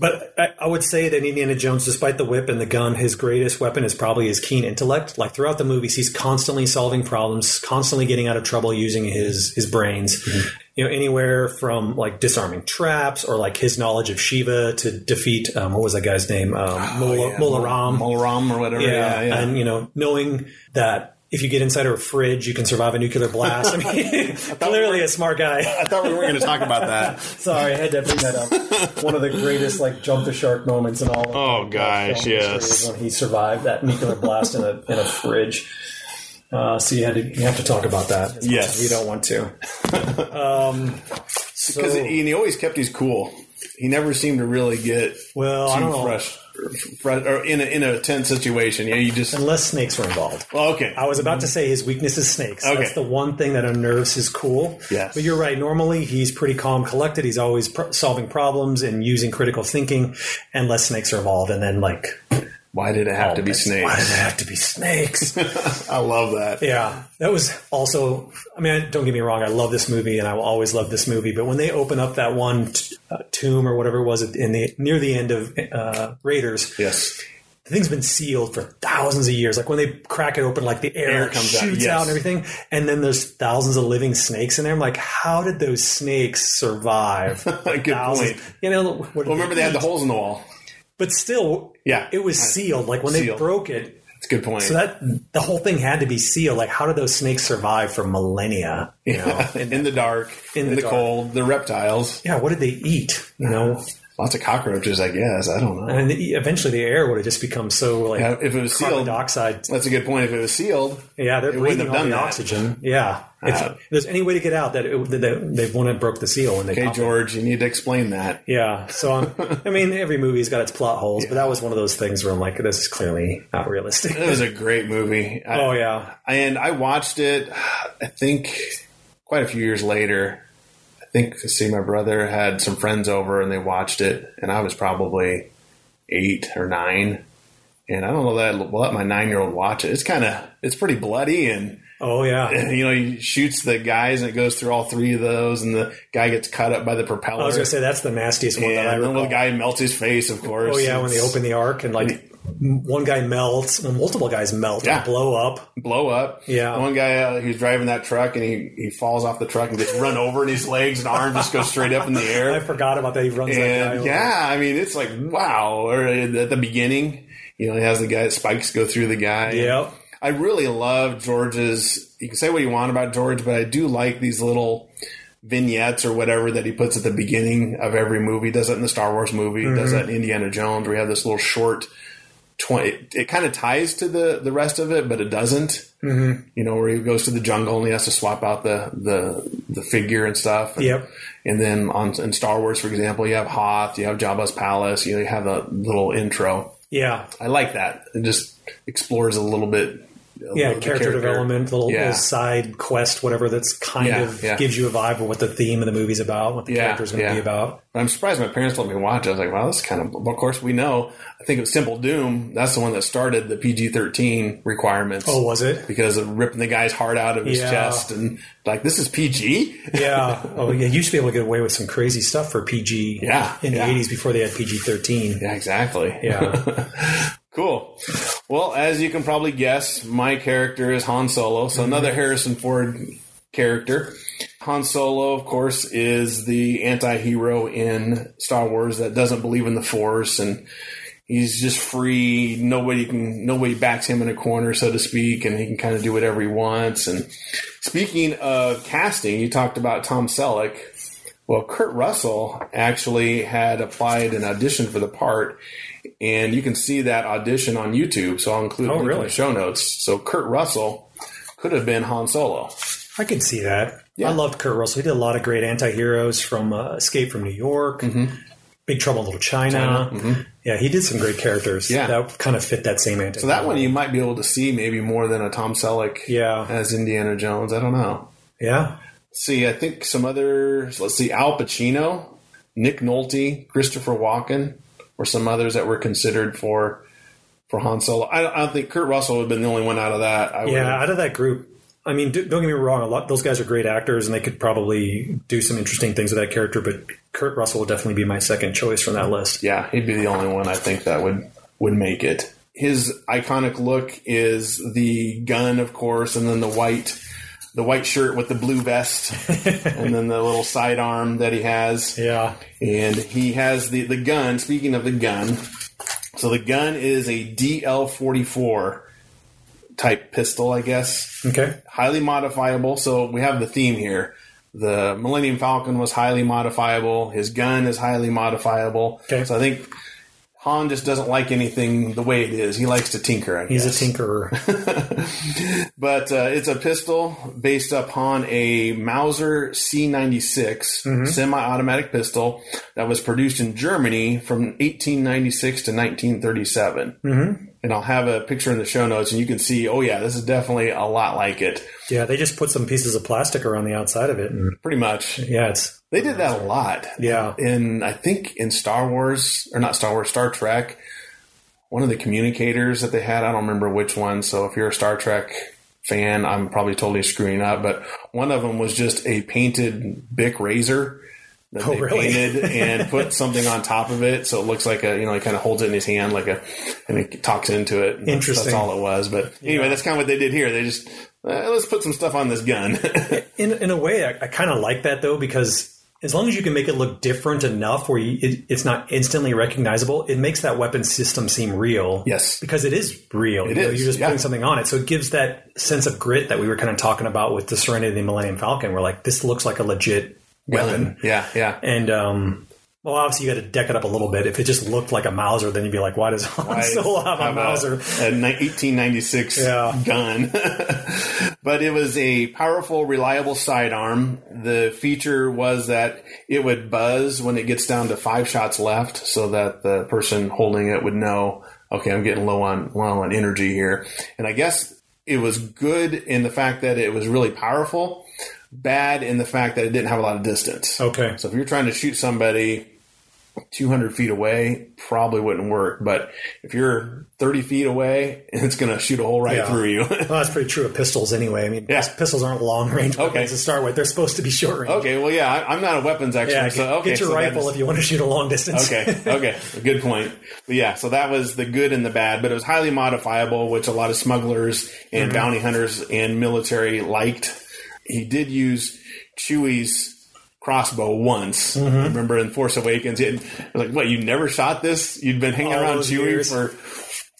C: But I, I would say that Indiana Jones, despite the whip and the gun, his greatest weapon is probably his keen intellect. Like throughout the movies, he's constantly solving problems, constantly getting out of trouble using his his brains.
B: Mm-hmm.
C: You know, anywhere from like disarming traps or like his knowledge of Shiva to defeat um, what was that guy's name, um,
B: Oh,
C: Mola, Mola Ram.
B: Molaram or whatever. Yeah, yeah.
C: And you know, knowing that if you get inside a fridge, you can survive a nuclear blast. I mean, clearly a smart guy.
B: I thought we weren't going to talk about that.
C: Sorry, I had to bring that up. One of the greatest like jump the shark moments in all. Of
B: Oh, gosh,
C: film history
B: yes.
C: is when he survived that nuclear blast in a in a fridge. Uh, so you had to you have to talk about that. as much
B: Yes.
C: as we don't want to. Um, so,
B: Because he, he always kept his cool. He never seemed to really get
C: well, I don't
B: too
C: know.
B: fresh, fresh or in a, in a tense situation. Yeah, you just.
C: Unless snakes were involved.
B: Well, okay.
C: I was about to say his weakness is snakes.
B: Okay.
C: That's the one thing that unnerves his cool.
B: Yes.
C: But you're right. Normally, he's pretty calm, collected. He's always pr- solving problems and using critical thinking, unless snakes are involved. And then, like,
B: Why did it have to be
C: Oh, Why does
B: snakes?
C: it have to be snakes?
B: I love that.
C: yeah, that was also. I mean, don't get me wrong. I love this movie, and I will always love this movie. But when they open up that one t- uh, tomb or whatever it was in the near the end of uh, Raiders,
B: Yes.
C: the thing's been sealed for thousands of years. Like when they crack it open, like the air,
B: Air
C: like,
B: comes out,
C: shoots
B: yes.
C: and everything. And then there's thousands of living snakes in there. I'm like, how did those snakes survive?
B: Good
C: Thousands-
B: point.
C: You know, what
B: Well, remember they had the holes in the wall.
C: but still,
B: Yeah.
C: it was sealed. Like when
B: Sealed.
C: they broke it,
B: It's a good point.
C: So that the whole thing had to be sealed. Like, how did those snakes survive for millennia? You know?
B: in, the dark, in,
C: In the
B: the,
C: dark.
B: cold, the reptiles,
C: yeah, what did they eat? You know,
B: lots of cockroaches. I guess I don't know.
C: and the, eventually the air would have just become so like
B: Yeah, if it was
C: carbon
B: sealed,
C: dioxide.
B: that's a good point. If it was sealed,
C: Yeah, they're
B: It wouldn't
C: breathing
B: have
C: all
B: done
C: the
B: that.
C: oxygen. Yeah, if,
B: Uh,
C: if there's any way to get out, that it, that they, they wouldn't have broke the seal when they.
B: hey
C: popped it.
B: George, you need to explain that.
C: Yeah, so um, I mean, every movie's got its plot holes, but that was one of those things where I'm like, this is clearly not realistic.
B: It was a great movie. I,
C: oh yeah,
B: and I watched it. I think quite a few years later. I think see, my brother had some friends over and they watched it, and I was probably eight or nine. And I don't know that I'll let my nine year old watch it. It's kind of it's pretty bloody and
C: oh yeah.
B: you know he shoots the guys and it goes through all three of those and the guy gets cut up by the propeller.
C: I was gonna say that's the nastiest one that I
B: and then
C: recall.
B: the guy melts his face, of course.
C: Oh yeah, when they
B: It's-
C: open the arc and like m- one guy melts, and multiple guys melt,
B: Mm-hmm. Yeah.
C: and blow up.
B: blow up.
C: Yeah.
B: One guy, uh, he's driving that truck and he, he falls off the truck and gets run over and his legs and arms just go straight up in the
C: I
B: air.
C: forgot about that. He runs that guy.
B: And
C: over.
B: yeah, I mean, it's like, wow. Or at the beginning, you know, he has the guy, spikes go through the guy.
C: Yep.
B: I really love George's. You can say what you want about George, but I do like these little vignettes or whatever that he puts at the beginning of every movie. He does it in the Star Wars movie. He Does that in Indiana Jones. where We have this little short. Twenty. It, kind of ties to the the rest of it, but it doesn't. Mm-hmm. You know, where he goes to the jungle and he has to swap out the the the figure and stuff. And,
C: Yep.
B: And then on in Star Wars, for example, you have Hoth, you have Jabba's palace. You, know, you have a little intro.
C: Yeah.
B: I like that. It just explores a little bit.
C: Yeah, character, development, little,
B: Yeah.
C: little side quest, whatever that's kind
B: Yeah,
C: of
B: yeah.
C: gives you a vibe of what the theme of the movie's about, what the
B: Yeah,
C: character's going to
B: yeah.
C: be about.
B: I'm surprised my parents let me watch. it. I was like, wow, this is kind of. Of course, we know. I think it was Simple Doom. That's the one that started the PG-13 requirements.
C: Oh, was it?
B: because of ripping the guy's heart out of his
C: Yeah.
B: chest and like this is PG.
C: Yeah. Oh, yeah. You used to be able to get away with some crazy stuff for PG
B: Yeah,
C: in the
B: yeah.
C: 80s before they had PG 13.
B: Yeah, exactly.
C: Yeah.
B: Cool. Well, as you can probably guess, my character is Han Solo,
C: Mm-hmm.
B: so another Harrison Ford character. Han Solo, of course, is the anti hero in Star Wars that doesn't believe in the Force and he's just free. Nobody can, nobody backs him in a corner, so to speak, and he can kind of do whatever he wants. And speaking of casting, you talked about Tom Selleck. Well, Kurt Russell actually had applied an audition for the part, and you can see that audition on YouTube. So I'll include it
C: Oh,
B: in
C: really?
B: the show notes. So Kurt Russell could have been Han Solo.
C: I could see that. I loved Kurt Russell. He did a lot of great anti-heroes from uh, Escape from New York, Big Trouble in Little China. Yeah, he did some great characters.
B: Yeah.
C: That kind of fit that same anti
B: So that one you might be able to see maybe more than a Tom Selleck
C: Yeah.
B: as Indiana Jones. I don't know.
C: Yeah.
B: see, I think some others. Let's see, Al Pacino, Nick Nolte, Christopher Walken, or some others that were considered for for Han Solo. I, don't- I don't think Kurt Russell would have been the only one out of that. I
C: Yeah,
B: would,
C: out of that group. I mean, do, don't get me wrong. A lot those guys are great actors, and they could probably do some interesting things with that character. But Kurt Russell will definitely be my second choice from that list.
B: yeah, he'd be the only one I think that would would make it. His iconic look is the gun, of course, and then the white the white shirt with the blue vest, and then the little sidearm that he has.
C: Yeah,
B: And he has the, the gun. Speaking of the gun, so the gun is a DL 44 type pistol, I guess.
C: Okay.
B: Highly modifiable. So we have the theme here. The Millennium Falcon was highly modifiable. His gun is highly modifiable.
C: Okay.
B: So I think Han just doesn't like anything the way it is. He likes to tinker, I
C: He's
B: guess.
C: a tinkerer.
B: But uh, it's a pistol based upon a Mauser C96 semi-automatic pistol that was produced in Germany from 1896 to 1937. Mm-hmm. And I'll have a picture in the show notes, and you can see. Oh yeah, this is definitely a lot like it.
C: yeah, they just put some pieces of plastic around the outside of it, and
B: Pretty much,
C: yeah, it's
B: they did that a lot.
C: yeah,
B: In I think in Star Wars or not Star Wars, Star Trek. One of the communicators that they had, I don't remember which one. So if you're a Star Trek fan, I'm probably totally screwing up. But one of them was just a painted Bic razor that they
C: Oh, really?
B: painted and put something on top of it, so it looks like a you know he kind of holds it in his hand like a and he talks into it. And that's-
C: Interesting.
B: That's all it was. But anyway, that's kind of what they did here. They just eh, let's put some stuff on this gun.
C: in in a way, I, I kind of like that though because as long as you can make it look different enough where you, it, it's not instantly recognizable, it makes that weapon system seem real.
B: Yes.
C: Because it is real.
B: It
C: you know,
B: is,
C: you're just
B: yeah.
C: putting something on it. So it gives that sense of grit that we were kind of talking about with the Serenity of the Millennium Falcon. We're like, this looks like a legit weapon.
B: Yeah, yeah.
C: And, um, well, obviously you got to deck it up a little bit. If it just looked like a Mauser, then you'd be like, why does Han Solo have, a Mauser?
B: A, ni- 1896
C: Yeah.
B: gun. but it was a powerful, reliable sidearm. The feature was that it would buzz when it gets down to five shots left so that the person holding it would know, okay, I'm getting low on, low on energy here. And I guess it was good in the fact that it was really powerful, bad in the fact that it didn't have a lot of distance.
C: Okay.
B: So if you're trying to shoot somebody 200 feet away, probably wouldn't work. But if you're 30 feet away, it's going to shoot a hole right
C: Yeah.
B: through you.
C: Well, that's pretty true of pistols anyway. I mean,
B: Yeah.
C: pistols aren't long range weapons
B: Okay.
C: to start with. They're supposed to be short range.
B: okay, well, yeah, I, I'm not a weapons expert.
C: Yeah,
B: so, okay,
C: get your
B: so that
C: rifle
B: is-
C: if you want to shoot a long distance.
B: okay, okay, good point. But yeah, so that was the good and the bad, but it was highly modifiable, which a lot of smugglers
C: Mm-hmm.
B: and bounty hunters and military liked. He did use Chewie's crossbow once.
C: Mm-hmm.
B: Remember in Force Awakens, he had, like, what? You never shot this? You'd been hanging
C: All
B: around
C: those
B: Chewie
C: years.
B: for.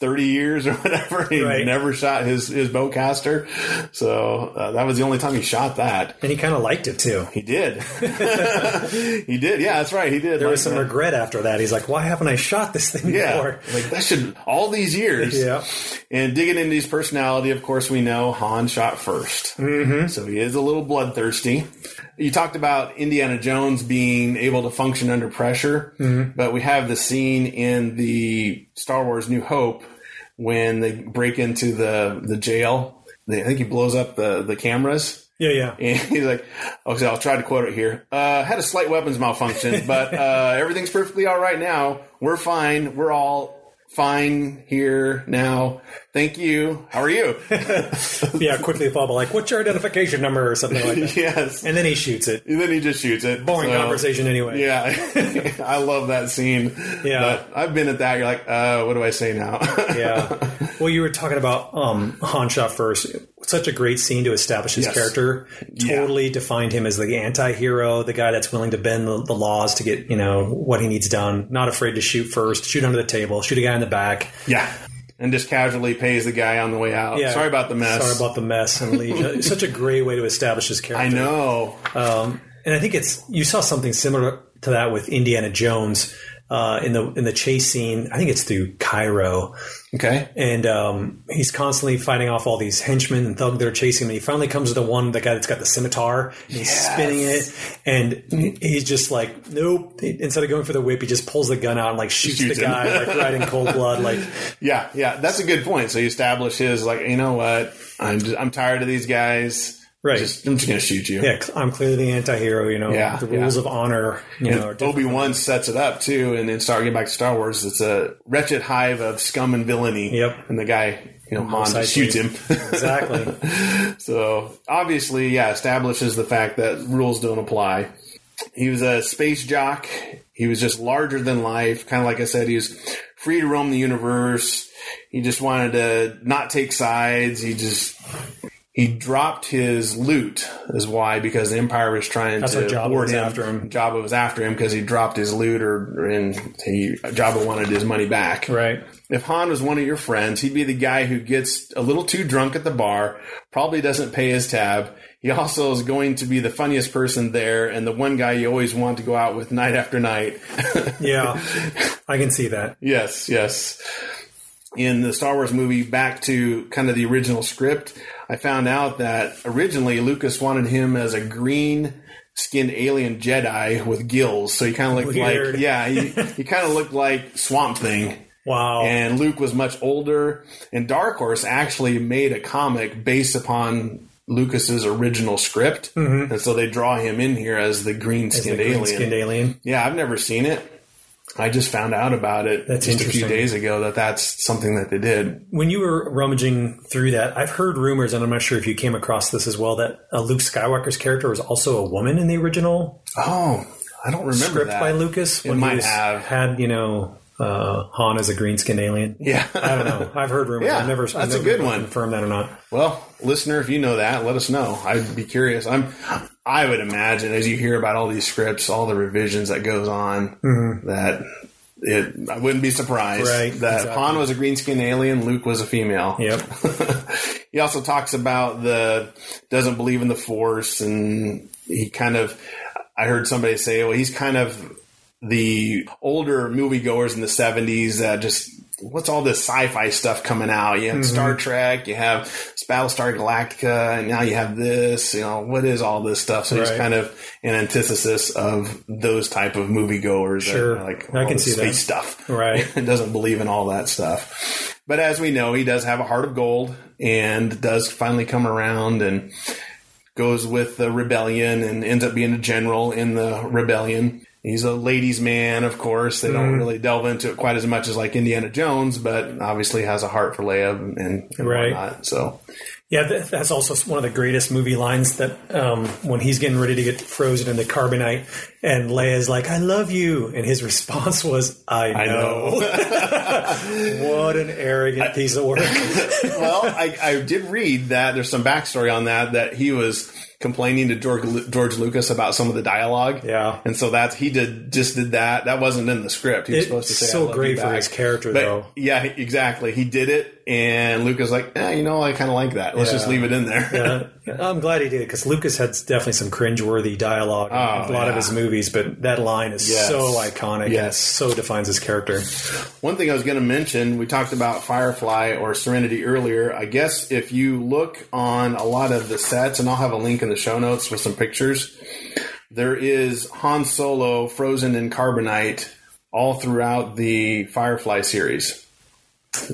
B: 30 years or whatever he
C: Right.
B: never shot his his bowcaster so uh, that was the only time he shot that
C: And he kind of liked it too.
B: he did he did yeah that's right he did
C: There
B: Like
C: was some
B: that.
C: regret after that. He's like, why haven't I shot this thing
B: Yeah,
C: before?
B: like that should all these years.
C: Yeah.
B: and digging into his personality, of course, we know Han shot 1st mm-hmm. so he is a little bloodthirsty. You talked about Indiana Jones being able to function under pressure, but we have the scene in the Star Wars New Hope when they break into the the jail. They- I think he blows up the the cameras.
C: Yeah, yeah.
B: And he's like, okay, I'll try to quote it here. Uh, had a slight weapons malfunction, but uh, everything's perfectly all right now. We're fine. We're all fine here now. Thank you. How are you?
C: Yeah, quickly follow like, what's your identification number or something like that?
B: yes.
C: And then he shoots it.
B: And then he just shoots it.
C: Boring
B: So,
C: conversation anyway.
B: Yeah. I love that scene.
C: Yeah.
B: But I've been at that. You're like, uh, what do I say now?
C: yeah. Well, you were talking about um, Han shot first. Such a great scene to establish his
B: Yes.
C: character. Totally defined him as the anti-hero, the guy that's willing to bend the, the laws to get you know what he needs done. Not afraid to shoot first, shoot under the table, shoot a guy in the back.
B: yeah. And just casually pays the guy on the way out.
C: Yeah.
B: Sorry about the mess.
C: Sorry about the mess and leave. It's Such a great way to establish his character.
B: I know.
C: and I think it's you saw something similar to that with Indiana Jones uh, in the in the chase scene. I think it's through Cairo,
B: Okay.
C: and um, he's constantly fighting off all these henchmen and thug that are chasing him. And he finally comes to the one, the guy that's got the scimitar, and he's spinning it, and he's just like, nope. Instead of going for the whip, he just pulls the gun out and like shoots,
B: Shoots
C: the
B: him.
C: guy like right in cold blood, like.
B: Yeah, yeah, that's a good point. So you establish his like, you know what? I'm just, I'm tired of these guys.
C: Right.
B: Just, I'm just gonna shoot you.
C: Yeah, cl- I'm clearly the anti-hero, you know.
B: Yeah,
C: the
B: yeah.
C: rules of honor, you know. are different.
B: Obi Wan sets it up too, and then start getting back to Star Wars. It's a wretched hive of scum and villainy.
C: Yep.
B: And the guy, you know, Han just
C: likely.
B: shoots him.
C: Exactly.
B: so obviously, yeah, establishes the fact that rules don't apply. He was a space jock. He was just larger than life. Kind of like I said, he was free to roam the universe. He just wanted to not take sides. He just he dropped his loot is why because the Empire was trying
C: That's
B: to
C: what Jabba
B: board
C: was after him.
B: Jabba was after him because he dropped his loot, or and he Jabba wanted his money back.
C: right.
B: If Han was one of your friends, he'd be the guy who gets a little too drunk at the bar, probably doesn't pay his tab. He also is going to be the funniest person there and the one guy you always want to go out with night after night.
C: Yeah, I can see that.
B: Yes, yes. In the Star Wars movie, back to kind of the original script, I found out that originally Lucas wanted him as a green skinned alien Jedi with gills. So he kind of looked
C: Weird.
B: like, yeah, he, he kind of looked like Swamp Thing.
C: Wow.
B: And Luke was much older. And Dark Horse actually made a comic based upon Lucas's original script. And so they draw him in here as the green
C: Mm-hmm. The
B: skinned alien.
C: green-skinned alien.
B: Yeah, I've never seen it. I just found out about it
C: That's
B: just a few
C: interesting.
B: days ago that that's something that they did.
C: When you were rummaging through that, I've heard rumors, and I'm not sure if you came across this as well, that uh, Luke Skywalker's character was also a woman in the original
B: Oh, I don't remember
C: script
B: that.
C: by Lucas. It
B: might have.
C: had you know uh, Han as a green skinned alien. I
B: Yeah.
C: don't know. I've heard rumors.
B: Yeah,
C: I've never.
B: that's
C: I've
B: a
C: never
B: good one.
C: Confirm that or not?
B: well, listener, if you know that, let us know. I'd be curious. I'm I would imagine as you hear about all these scripts, all the revisions that goes on, that it I wouldn't be surprised
C: Mm-hmm. Right,
B: that
C: exactly.
B: Han was a green skinned alien, Luke was a female.
C: Yep.
B: he also talks about the doesn't believe in the force and he kind of I heard somebody say, well, he's kind of the older moviegoers in the 70s that just what's all this sci-fi stuff coming out you have star
C: Mm-hmm.
B: trek you have battlestar galactica and now you have this you know what is all this stuff so he's
C: Right.
B: kind of an antithesis of those type of moviegoers that
C: Sure.
B: are like
C: I
B: all
C: can
B: this
C: see that.
B: space stuff
C: Right.
B: and doesn't believe in all that stuff. But as we know, he does have a heart of gold and does finally come around and goes with the rebellion and ends up being a general in the rebellion. He's a ladies' man, of course. They don't really delve into it quite as much as like Indiana Jones, but obviously has a heart for Leia and, and
C: Right.
B: whatnot. So
C: Yeah, th- that's also one of the greatest movie lines that um, when he's getting ready to get frozen into carbonite, and Leia's like, "I love you," and his response was, "I know." what an arrogant piece of work!
B: well, I, I did read that there's some backstory on that that he was complaining to George, Lu- George Lucas about some of the dialogue.
C: Yeah.
B: and so that's he did just did that. That wasn't in the script. He was
C: It's
B: supposed to say I
C: so
B: love you
C: great for
B: back.
C: his character,
B: But-
C: though.
B: Yeah, he- exactly. He did it, and Lucas like, eh, you know, I kind of like that. Let's just
C: Yeah.
B: leave it in there.
C: Uh, I'm glad he did because Lucas had definitely some cringeworthy dialogue in a
B: Oh,
C: lot of
B: yeah.
C: his movies, but that line is
B: Yes.
C: so iconic. and
B: Yes.
C: so defines his character.
B: One thing I was going to mention, we talked about Firefly or Serenity earlier. I guess if you look on a lot of the sets, and I'll have a link in the show notes with some pictures, there is Han Solo frozen in carbonite all throughout the Firefly series.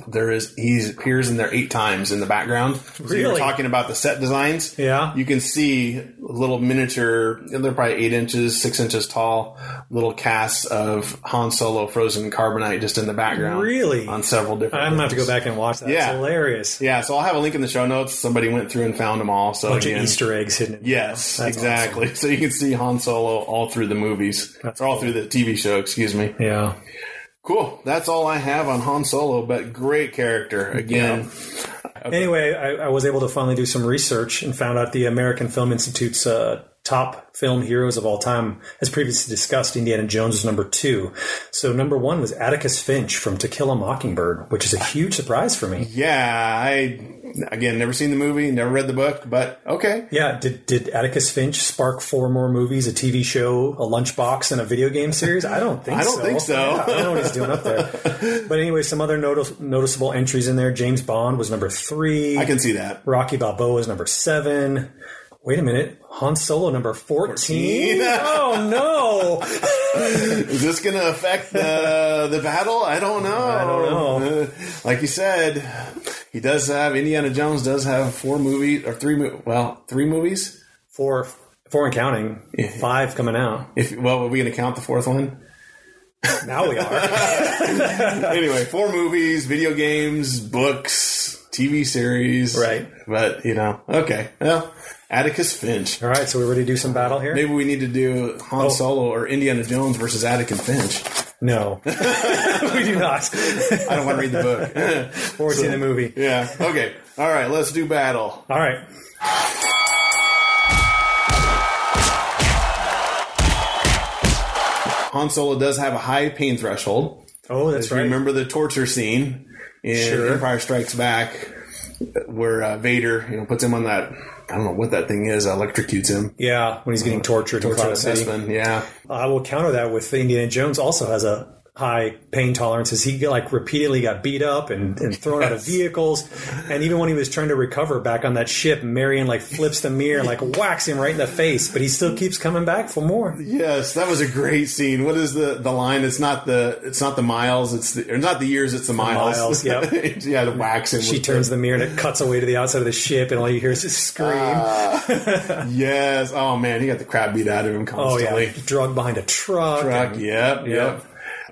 B: There is he appears in there eight times in the background. So you're
C: Really?
B: talking about the set designs.
C: Yeah.
B: You can see little miniature, they're probably eight inches, six inches tall, little casts of Han Solo frozen in carbonite just in the background.
C: Really?
B: On several different.
C: I'm gonna have to go
B: things.
C: back and watch that.
B: Yeah.
C: It's hilarious.
B: Yeah, so I'll have a link in the show notes. Somebody went through and found them all. So
C: Bunch
B: again,
C: of Easter eggs hidden. in
B: Yes,
C: there. That's
B: exactly. So you can see Han Solo all through the movies,
C: That's
B: or all
C: cool.
B: through the TV show. Excuse me.
C: awesome. Yeah.
B: Cool. That's all I have on Han Solo, but great character again.
C: Anyway, I, I was able to finally do some research and found out the American Film Institute's uh, top film heroes of all time. As previously discussed, Indiana Jones was number two. So number one was Atticus Finch from To Kill a Mockingbird, which is a huge surprise for me.
B: Yeah, I again never seen the movie, never read the book, but okay.
C: Yeah, did, did Atticus Finch spark four more movies, a TV show, a lunchbox, and a video game series? I don't think
B: I
C: so.
B: don't think so.
C: Yeah, I don't know what he's doing up there. But anyway, some other notice, noticeable entries in there. James Bond was number three.
B: I can see that.
C: Rocky Balboa is number seven. Wait a minute, Han Solo number fourteen. oh no!
B: Is this going to affect the the battle? I don't know. I
C: don't know.
B: like you said, he does have Indiana Jones does have four movies or three mo- well three movies.
C: Four, four and counting. Five coming out.
B: If well, are we going to count the fourth one?
C: Now we are.
B: anyway, four movies, video games, books, TV series.
C: Right.
B: But you know, okay. Well, Atticus Finch.
C: All right, so we ready to do some battle here?
B: Maybe we need to do
C: Oh.
B: Han Solo or Indiana Jones versus Atticus Finch.
C: No, we do not.
B: I don't want to read the book.
C: Or see the movie.
B: yeah. Okay. All right. Let's do battle.
C: All right.
B: Han Solo does have a high pain threshold.
C: Oh, that's
B: If you
C: right.
B: remember the torture scene in
C: Sure.
B: Empire Strikes Back, where uh, Vader, you know, puts him on that I don't know what that thing is, electrocutes him.
C: Yeah, when he's getting tortured in Cloud City.
B: assessment, yeah.
C: I will counter that with Indiana Jones also has a high pain tolerances. He like repeatedly got beat up and, and thrown out of vehicles. And even when he was trying to recover back on that ship, Marion like flips the mirror and like whacks him right in the face, but he still keeps coming back for more.
B: Yes, that was a great scene. What is the the line? It's not the it's not the miles. It's the or not the years. It's the miles.
C: miles, yep.
B: yeah, the wax him.
C: She
B: with
C: turns the mirror and it cuts away to the outside of the ship and all you hear is a scream.
B: Ah. the- yes. Oh man, he got the crap beat out of him
C: oh
B: constantly.
C: yeah. Drug behind a truck.
B: Truck.
C: and-
B: Yep. Yep.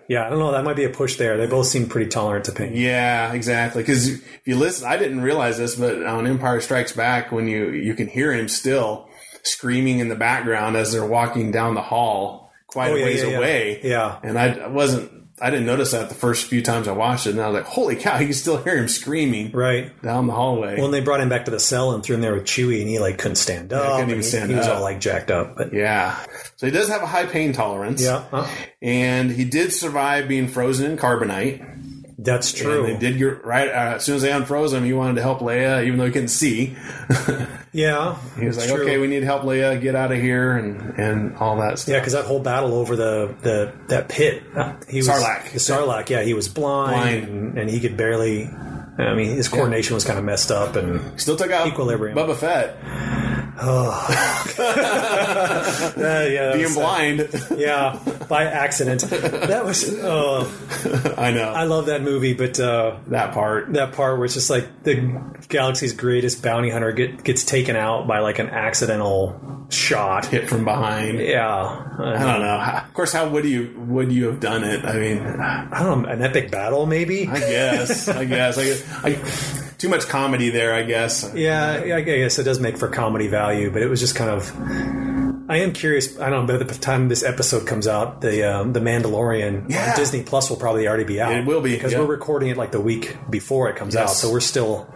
C: Yeah, I don't know, that might be a push there. They both seem pretty tolerant to pain.
B: Yeah, exactly. Because if you listen, I didn't realize this, but on Empire Strikes Back, when you you can hear him still screaming in the background as they're walking down the hall, quite
C: Oh,
B: a
C: yeah,
B: ways
C: yeah, yeah.
B: away.
C: Yeah.
B: and I wasn't. I didn't notice that the first few times I watched it, and I was like, "Holy cow!" You can still hear him screaming
C: Right.
B: down the hallway.
C: When they brought him back to the cell and threw him there with Chewie, and he like couldn't stand up.
B: couldn't
C: and
B: even
C: he,
B: stand
C: he was
B: up.
C: all like jacked up. But
B: yeah, so he does have a high pain tolerance.
C: yeah, uh,
B: and he did survive being frozen in carbonite.
C: that's
B: And
C: true.
B: they did get right uh, as soon as they unfroze him. He wanted to help Leia, even though he couldn't see.
C: Yeah,
B: He was like, "Okay, we need to help Leia get out of here," and and all that stuff.
C: Yeah, because that whole battle over the, the that pit, uh, he was
B: Sarlacc.
C: The Sarlacc, yeah, he was blind,
B: Blind.
C: And, and he could barely. I mean, his coordination was kind of messed up, and
B: Still took out
C: Equilibrium.
B: Bubba Fett Uh,
C: yeah,
B: being blind.
C: yeah, by accident. That was. Uh,
B: I know
C: I love that movie, but uh,
B: that part.
C: that part where it's just like the galaxy's greatest bounty hunter get, gets taken out by like an accidental shot.
B: Hit from behind.
C: Yeah,
B: I
C: Uh,
B: don't know. How- Of course, how would you would you have done it? I mean, I
C: I don't know, an epic battle maybe.
B: guess, I guess, I guess, I, too much comedy there. I guess.
C: Yeah, yeah, I guess it does make for comedy value, but it was just kind of. I am curious. I don't know. By the time this episode comes out, the um, the Mandalorian
B: Yeah.
C: on Disney Plus will probably already be out.
B: It will be,
C: because
B: yeah.
C: we're recording it like the week before it comes out,
B: Yes.
C: so we're still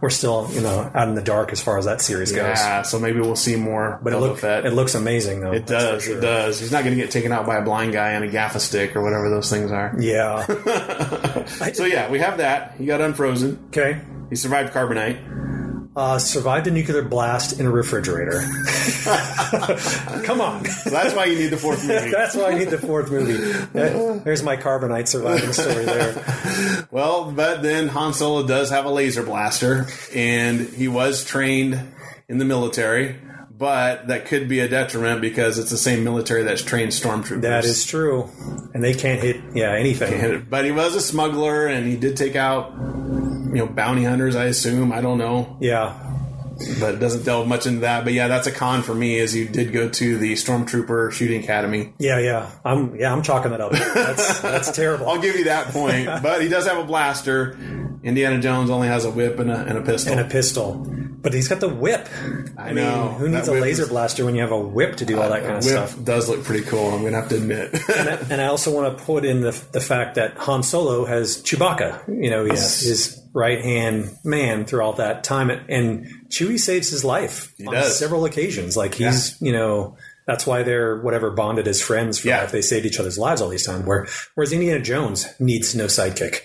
C: we're still you know out in the dark as far as that series goes.
B: Yeah. So maybe we'll see more.
C: But it,
B: Boba
C: look,
B: Fett.
C: it looks amazing though.
B: It does. It does. He's not going to get taken out by a blind guy on a gaffa stick or whatever those things are.
C: Yeah.
B: So yeah, we have that. He got unfrozen.
C: Okay.
B: He survived carbonite.
C: Uh, survived a nuclear blast in a refrigerator. Come on.
B: So that's why you need the fourth movie.
C: That's why I need the fourth movie. That- There's my carbonite surviving story there.
B: well, but then Han Solo does have a laser blaster, and he was trained in the military. But that could be a detriment because it's the same military that's trained stormtroopers.
C: That is true, and they can't hit yeah anything.
B: And- But he was a smuggler, and he did take out, you know, bounty hunters. I assume. I don't know.
C: Yeah,
B: but it doesn't delve much into that. But yeah, that's a con for me. Is you did go to the Stormtrooper Shooting Academy.
C: yeah, yeah. I'm yeah I'm chalking that up. That's that's terrible.
B: I'll give you that point. but he does have a blaster. Indiana Jones only has a whip and a, and a pistol.
C: And a pistol, but he's got the whip. I,
B: know.
C: mean, who needs
B: That
C: a
B: whip
C: laser
B: is-
C: blaster when you have a whip to do all that kind of
B: whip
C: stuff?
B: does look pretty cool. I'm gonna have to admit.
C: And I also want to put in the the fact that Han Solo has Chewbacca. You know, he's
B: Yes.
C: his right hand man through all that time, and, and Chewie saves his life on
B: does.
C: several occasions. Like he's you know. That's why they're whatever bonded as friends for
B: Yeah.
C: life. They saved each other's lives all these time. Where whereas Indiana Jones needs no sidekick.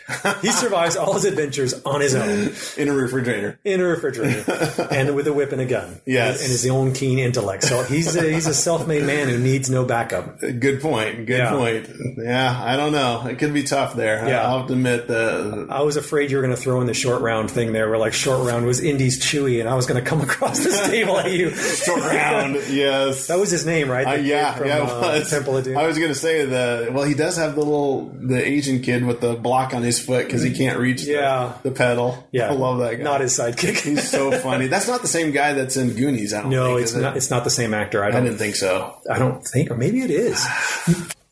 C: He survives all his adventures on his own
B: In a refrigerator.
C: in a refrigerator and with a whip and a gun.
B: Yes.
C: and his own keen intellect. So he's a, he's a self made man who needs no backup.
B: Good point. Good
C: Yeah.
B: point. Yeah, I don't know. It could be tough there.
C: Yeah.
B: I'll have to admit the
C: I was afraid you were going to throw in the short round thing there, where like short round was Indy's Chewy, and I was going to come across this table at you.
B: short round. yes.
C: That was his name, right?
B: Uh,
C: The kid
B: yeah,
C: from,
B: yeah, it
C: uh,
B: was.
C: Temple of Doom.
B: I was gonna say the well, he does have the little the Asian kid with the block on his foot because he can't reach the-
C: Yeah.
B: the, pedal.
C: yeah,
B: I love that guy.
C: Not his sidekick.
B: He's so funny. That's not the same guy that's in Goonies. I don't
C: no,
B: think,
C: it's
B: is it?
C: not. It's not the same actor. I
B: I
C: don't.
B: didn't think so.
C: I don't think, or maybe it is.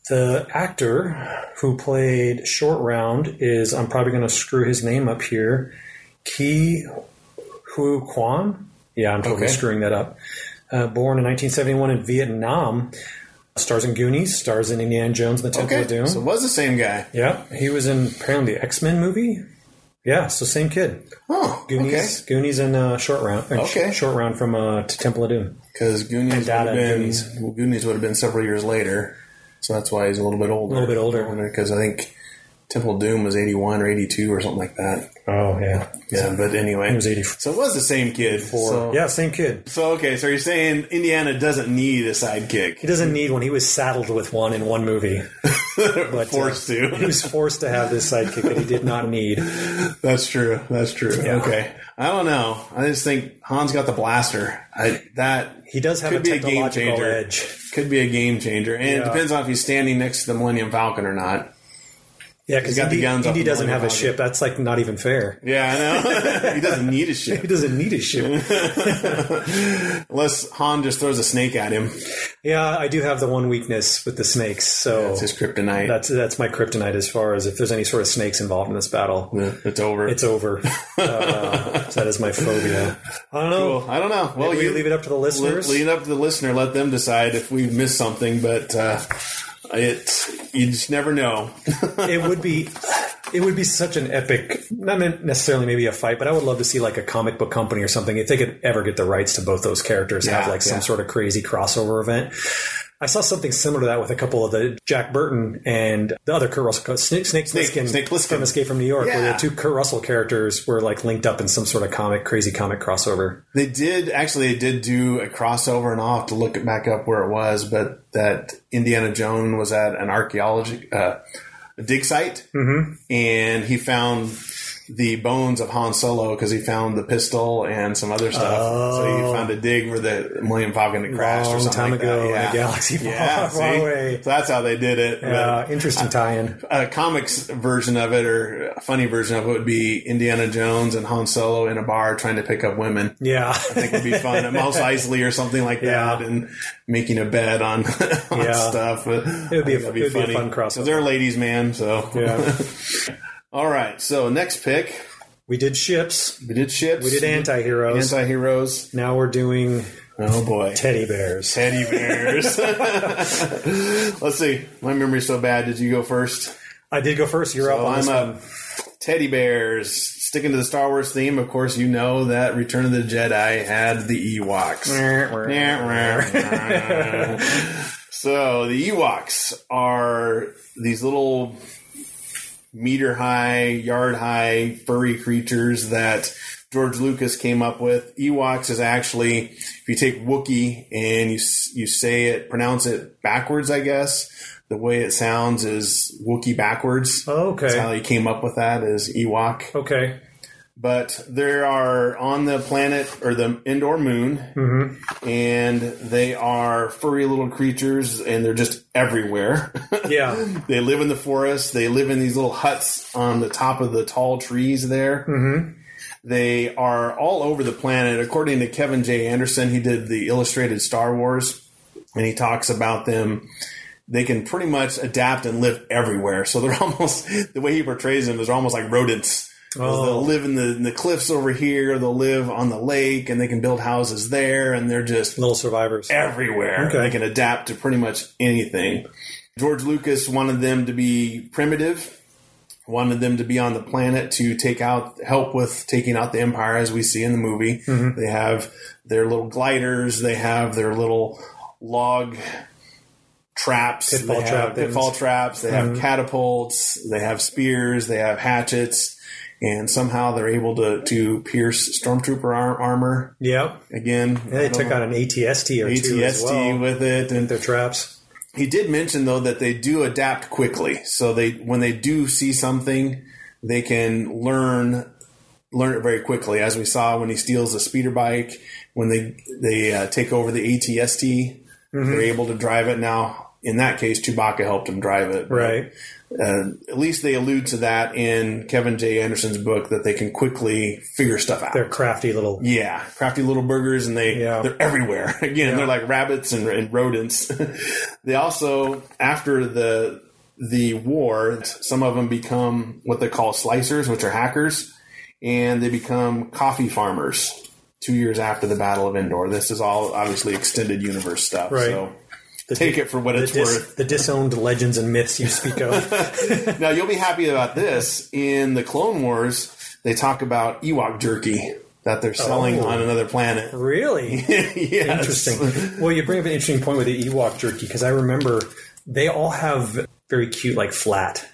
C: The actor who played Short Round is. I'm probably going to screw his name up here. Ki Hu Kwan. Yeah, I'm totally
B: Okay.
C: screwing that up. Uh, born in 1971 in Vietnam, stars in Goonies, stars in Indiana Jones and the Temple
B: Okay,
C: of Doom.
B: so it was the same guy.
C: yeah, he was in apparently the X Men movie. Yeah, so same kid.
B: Oh,
C: Goonies, Goonies, and uh, Short Round. and Sh-
B: Okay.
C: Short Round from uh, to Temple of Doom.
B: because Goonies would
C: Data
B: have been
C: Goonies.
B: well, Goonies would have been several years later, so that's why he's a little bit older.
C: A little bit older.
B: because I think Temple of Doom was eighty one or eighty two or something like that.
C: Oh yeah,
B: Yeah, but anyway,
C: he was 84.
B: So it was the same kid. So-
C: yeah, same kid.
B: So okay, so you're saying Indiana doesn't need a sidekick?
C: He doesn't need one. He was saddled with one in one movie. But, uh,
B: Forced
C: he
B: to.
C: was forced to have this sidekick that he did not need.
B: That's true. That's true. Okay. I don't know. I just think Han's got the blaster. I, that
C: He does have
B: Could
C: a
B: be a game
C: technological
B: changer.
C: edge.
B: could be a game changer, and it
C: Yeah.
B: depends on if he's standing next to the Millennium Falcon or not.
C: Yeah, because
B: got the
C: Indy,
B: guns off
C: Indy
B: the
C: doesn't have a
B: Millennium Falcon.
C: ship. That's like not even fair.
B: Yeah, I know. he doesn't need a ship
C: He doesn't need a ship.
B: unless Han just throws a snake at him.
C: yeah, I do have the one weakness with the snakes. So
B: It's his kryptonite.
C: that's that's my kryptonite as far as if there's any sort of snakes involved in this battle.
B: Uh, it's over.
C: It's over. uh, that is my phobia. I don't know.
B: Well, I don't know. Well,
C: We
B: you
C: leave it up to the
B: Le-
C: listeners.
B: leave it up to the listener. Let them decide if we've missed something. But uh, It's you just never know.
C: it would be it would be such an epic not necessarily maybe a fight but i would love to see like a comic book company or something if they could ever get the rights to both those characters and have
B: Yeah,
C: like some
B: yeah.
C: sort of crazy crossover event I saw something similar to that with a couple of the Jack Burton and the other Kurt Russell Snake Snake
B: Snake-
C: Plissken,
B: Snake Plissken.
C: from Escape from New York, where
B: Yeah.
C: the two Kurt Russell characters were like linked up in some sort of comic crazy comic crossover.
B: They did actually they did do a crossover, and I'll have to look it back up where it was. But that Indiana Jones was at an archaeology uh, a dig site,
C: Mm-hmm.
B: and he found the bones of Han Solo because he found the pistol and some other stuff. So he found a dig where the William Falcon had crashed or
C: Oh. Long
B: something
C: time
B: like
C: ago
B: that.
C: in a
B: Yeah.
C: galaxy far,
B: yeah,
C: far
B: see?
C: away.
B: So that's how they did it. But
C: Uh, interesting tie-in.
B: a comics version of it or a funny version of it would be Indiana Jones and Han Solo in a bar trying to pick up women.
C: Yeah,
B: I think would be fun. A Mouse Isley or something like that,
C: Yeah.
B: and making a bet on, on
C: Yeah.
B: stuff. It
C: would be a- it would be a fun crossover.
B: they're ladies, man. So
C: yeah.
B: all right. So next pick,
C: We did ships.
B: we did ships.
C: We did anti-heroes.
B: anti heroes.
C: now we're doing
B: Oh boy,
C: teddy bears.
B: teddy bears. Let's see. My memory's so bad. Did you go first?
C: I did go first. You're up
B: Oh,
C: on this
B: I'm
C: one.
B: up. Teddy bears. Sticking to the Star Wars theme, of course, you know that Return of the Jedi had the Ewoks. so the Ewoks are these little meter high, yard high, furry creatures that George Lucas came up with. Ewoks is actually if you take Wookiee and you s- you say it, pronounce it backwards, I guess. The way it sounds is Wookiee backwards.
C: Oh, okay.
B: That's how he came up with that is Ewok
C: Okay.
B: but there are on the planet or the indoor moon, and they are furry little creatures, and they're just everywhere.
C: Yeah.
B: they live in the forest. They live in these little huts on the top of the tall trees there. They are all over the planet. According to Kevin J. Anderson, he did the illustrated Star Wars, and he talks about them. They can pretty much adapt and live everywhere. So they're almost the way he portrays them is they're almost like rodents. 'Cause They'll live in the, in the cliffs over here. They'll live on the lake, and they can build houses there. And they're just
C: Little survivors.
B: everywhere.
C: Okay.
B: They can adapt to pretty much anything. George Lucas wanted them to be primitive, wanted them to be on the planet to take out help with taking out the empire as we see in the movie.
C: Mm-hmm.
B: They have their little gliders, they have their little log traps,
C: Pitfall
B: they have
C: trap things. Mm-hmm.
B: pitfall traps, they have catapults, they have spears, they have hatchets. And somehow they're able to, to pierce stormtrooper ar- armor
C: Yep.
B: again.
C: Yeah, they took out an ATST or two as
B: ATST
C: well.
B: with it, and
C: Their traps.
B: he did mention though that they do adapt quickly. So they when they do see something, they can learn learn it very quickly. As we saw when he steals a speeder bike, when they they uh, take over the ATST,
C: Mm-hmm.
B: they're able to drive it now. In that case, Chewbacca helped him drive it. but,
C: Right.
B: Uh, at least they allude to that in Kevin J. Anderson's book that they can quickly figure stuff out.
C: They're crafty little.
B: Yeah, crafty little burgers, and they
C: Yeah.
B: they're everywhere. Again, they're like rabbits and, and rodents. they also after the the war, some of them become what they call slicers, which are hackers, and they become coffee farmers. Two years after the Battle of Endor, this is all obviously extended universe stuff.
C: Right.
B: So take it for what
C: The,
B: it's worth.
C: dis- the disowned legends and myths you speak of.
B: Now you'll be happy about this. In the Clone Wars, they talk about Ewok jerky that they're selling
C: Oh.
B: on another planet.
C: really?
B: yes.
C: Interesting. Well, you bring up an interesting point with the Ewok jerky because I remember they all have very cute, like flat,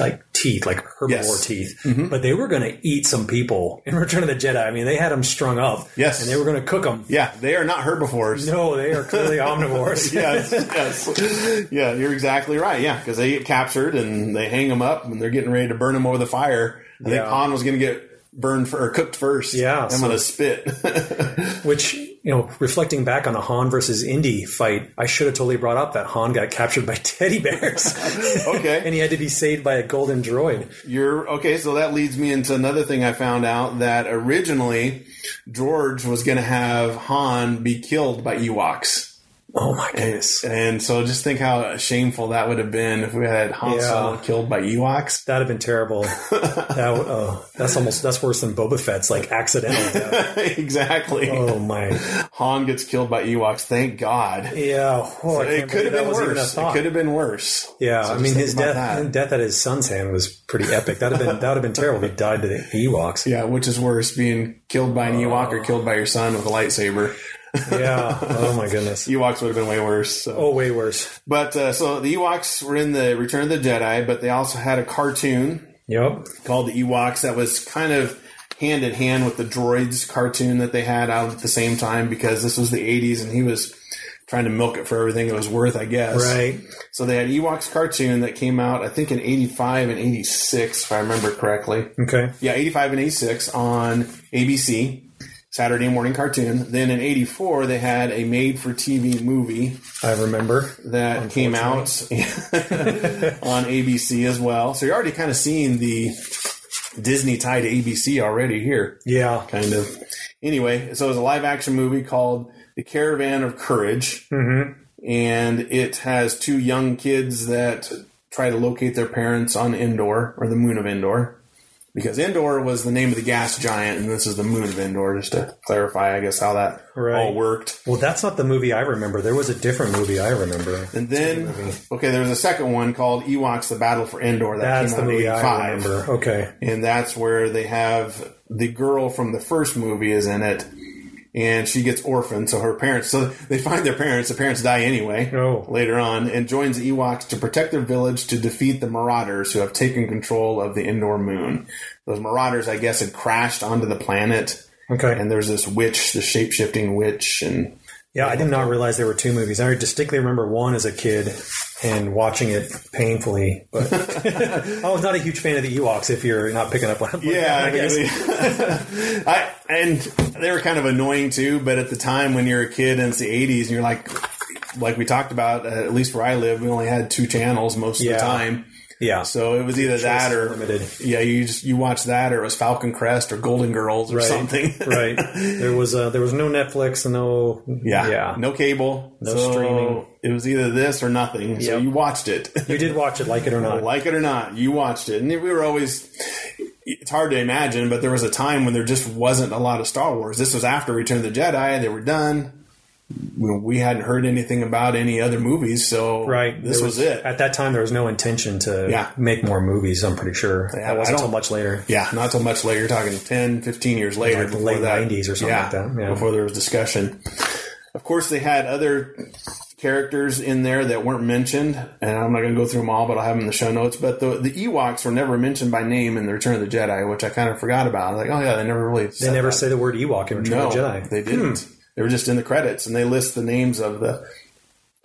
C: like teeth, like herbivore
B: Yes. Mm-hmm.
C: teeth. But they were going to eat some people in Return of the Jedi. I mean, they had them strung up.
B: Yes.
C: and they were going to cook them.
B: Yeah, they are not herbivores.
C: No, they are clearly omnivores.
B: yes, yes, yeah. You're exactly right. Yeah, because they get captured and they hang them up, and they're getting ready to burn them over the fire. I think
C: Yeah.
B: Han was going to get burned for, or cooked first.
C: Yeah,
B: I'm
C: so-
B: going to spit.
C: Which, you know, reflecting back on the Han versus Indy fight, I should have totally brought up that Han got captured by teddy bears.
B: Okay.
C: and he had to be saved by a golden droid.
B: You're okay. So that leads me into another thing I found out that originally George was going to have Han be killed by Ewoks.
C: Oh my goodness.
B: And so just think how shameful that would have been if we had Han
C: Yeah.
B: Solo killed by Ewoks.
C: That'd have been terrible. That would, oh, that's almost that's worse than Boba Fett's like accidental death.
B: exactly.
C: Oh my,
B: Han gets killed by Ewoks. Thank God.
C: yeah. Oh, I can't
B: It could
C: believe
B: have
C: that
B: been
C: was even a
B: worse. It
C: thought.
B: could have been worse.
C: Yeah,
B: So
C: I
B: just
C: mean
B: think
C: his
B: about
C: death,
B: that.
C: death at his son's hand was pretty epic. That'd have been that'd have been terrible if he died to the Ewoks.
B: Yeah, which is worse, being killed by an Ewok or killed by your son with a lightsaber?
C: Yeah. Oh my goodness.
B: Ewoks would have been way worse. So.
C: Oh, way worse.
B: But uh, so the Ewoks were in the Return of the Jedi, but they also had a cartoon
C: Yep.
B: called the Ewoks that was kind of hand in hand with the droids cartoon that they had out at the same time because this was the 80s and he was trying to milk it for everything it was worth, I guess.
C: Right.
B: So they had Ewoks cartoon that came out, I think, in 85 and 86, if I remember correctly.
C: Okay.
B: Yeah, 85 and 86 on ABC, Saturday morning cartoon. Then in 84, they had a made for TV movie
C: I remember.
B: that came out on ABC as well. So you're already kind of seeing the Disney tied to ABC already here,
C: Yeah.
B: kind of. Anyway, so it was a live action movie called The Caravan of Courage. Mm-hmm. And it has two young kids that try to locate their parents on Endor or the moon of Endor. Because Endor was the name of the gas giant, and this is the moon of Endor, just to clarify, I guess, how that
C: Right.
B: all worked.
C: Well, that's not the movie I remember. There was a different movie I remember.
B: And then, okay, there was a second one called Ewoks: The Battle for Endor. That
C: That's
B: came out
C: the
B: in
C: movie I
B: 85.
C: remember. Okay.
B: and that's where they have the girl from the first movie is in it, and she gets orphaned. So her parents, so they find their parents. The parents die anyway.
C: Oh.
B: later on, and joins the Ewoks to protect their village to defeat the Marauders who have taken control of the Endor moon. Those Marauders, I guess, had crashed onto the planet.
C: Okay.
B: And there's this witch, the shape shifting witch, and
C: Yeah, I did not realize there were two movies. I distinctly remember one as a kid and watching it painfully. But I was not a huge fan of the Ewoks. If you're not picking up on, I'm like,
B: Yeah,
C: I guess.
B: I and they were kind of annoying too. But at the time, when you're a kid and it's the '80s, and you're like, like we talked about, uh, at least where I live, we only had two channels most of
C: Yeah.
B: the time.
C: yeah.
B: So it was either that or
C: limited.
B: yeah, you just you watch that or it was Falcon Crest or Golden Girls or
C: Right.
B: something.
C: right. There was uh, there was no Netflix, no
B: Yeah.
C: yeah.
B: no cable, no
C: streaming.
B: It was either this or nothing. So
C: Yep.
B: you watched it.
C: You did watch it, like it or not.
B: like it or not, you watched it, and we were always. It's hard to imagine, but there was a time when there just wasn't a lot of Star Wars. This was after Return of the Jedi; they were done. We, we hadn't heard anything about any other movies, so
C: Right.
B: this
C: There
B: was, it.
C: At that time, there was no intention to
B: Yeah.
C: make more movies. I'm pretty sure
B: Yeah,
C: that
B: I
C: wasn't
B: don't-
C: until much later.
B: yeah, not so much later. You're talking 10, 15 years later,
C: Like the
B: before
C: late
B: that-
C: 90s or something like that, yeah.
B: Before there was discussion. Of course, they had other characters in there that weren't mentioned, and I'm not going to go through them all, but I'll have them in the show notes. But the, the Ewoks were never mentioned by name in the Return of the Jedi, which I kind of forgot about. I was like, oh yeah, they never really.
C: They never say the word Ewok in Return
B: no,
C: of the Jedi. Hmm.
B: they didn't. They were just in the credits, and they list the names of the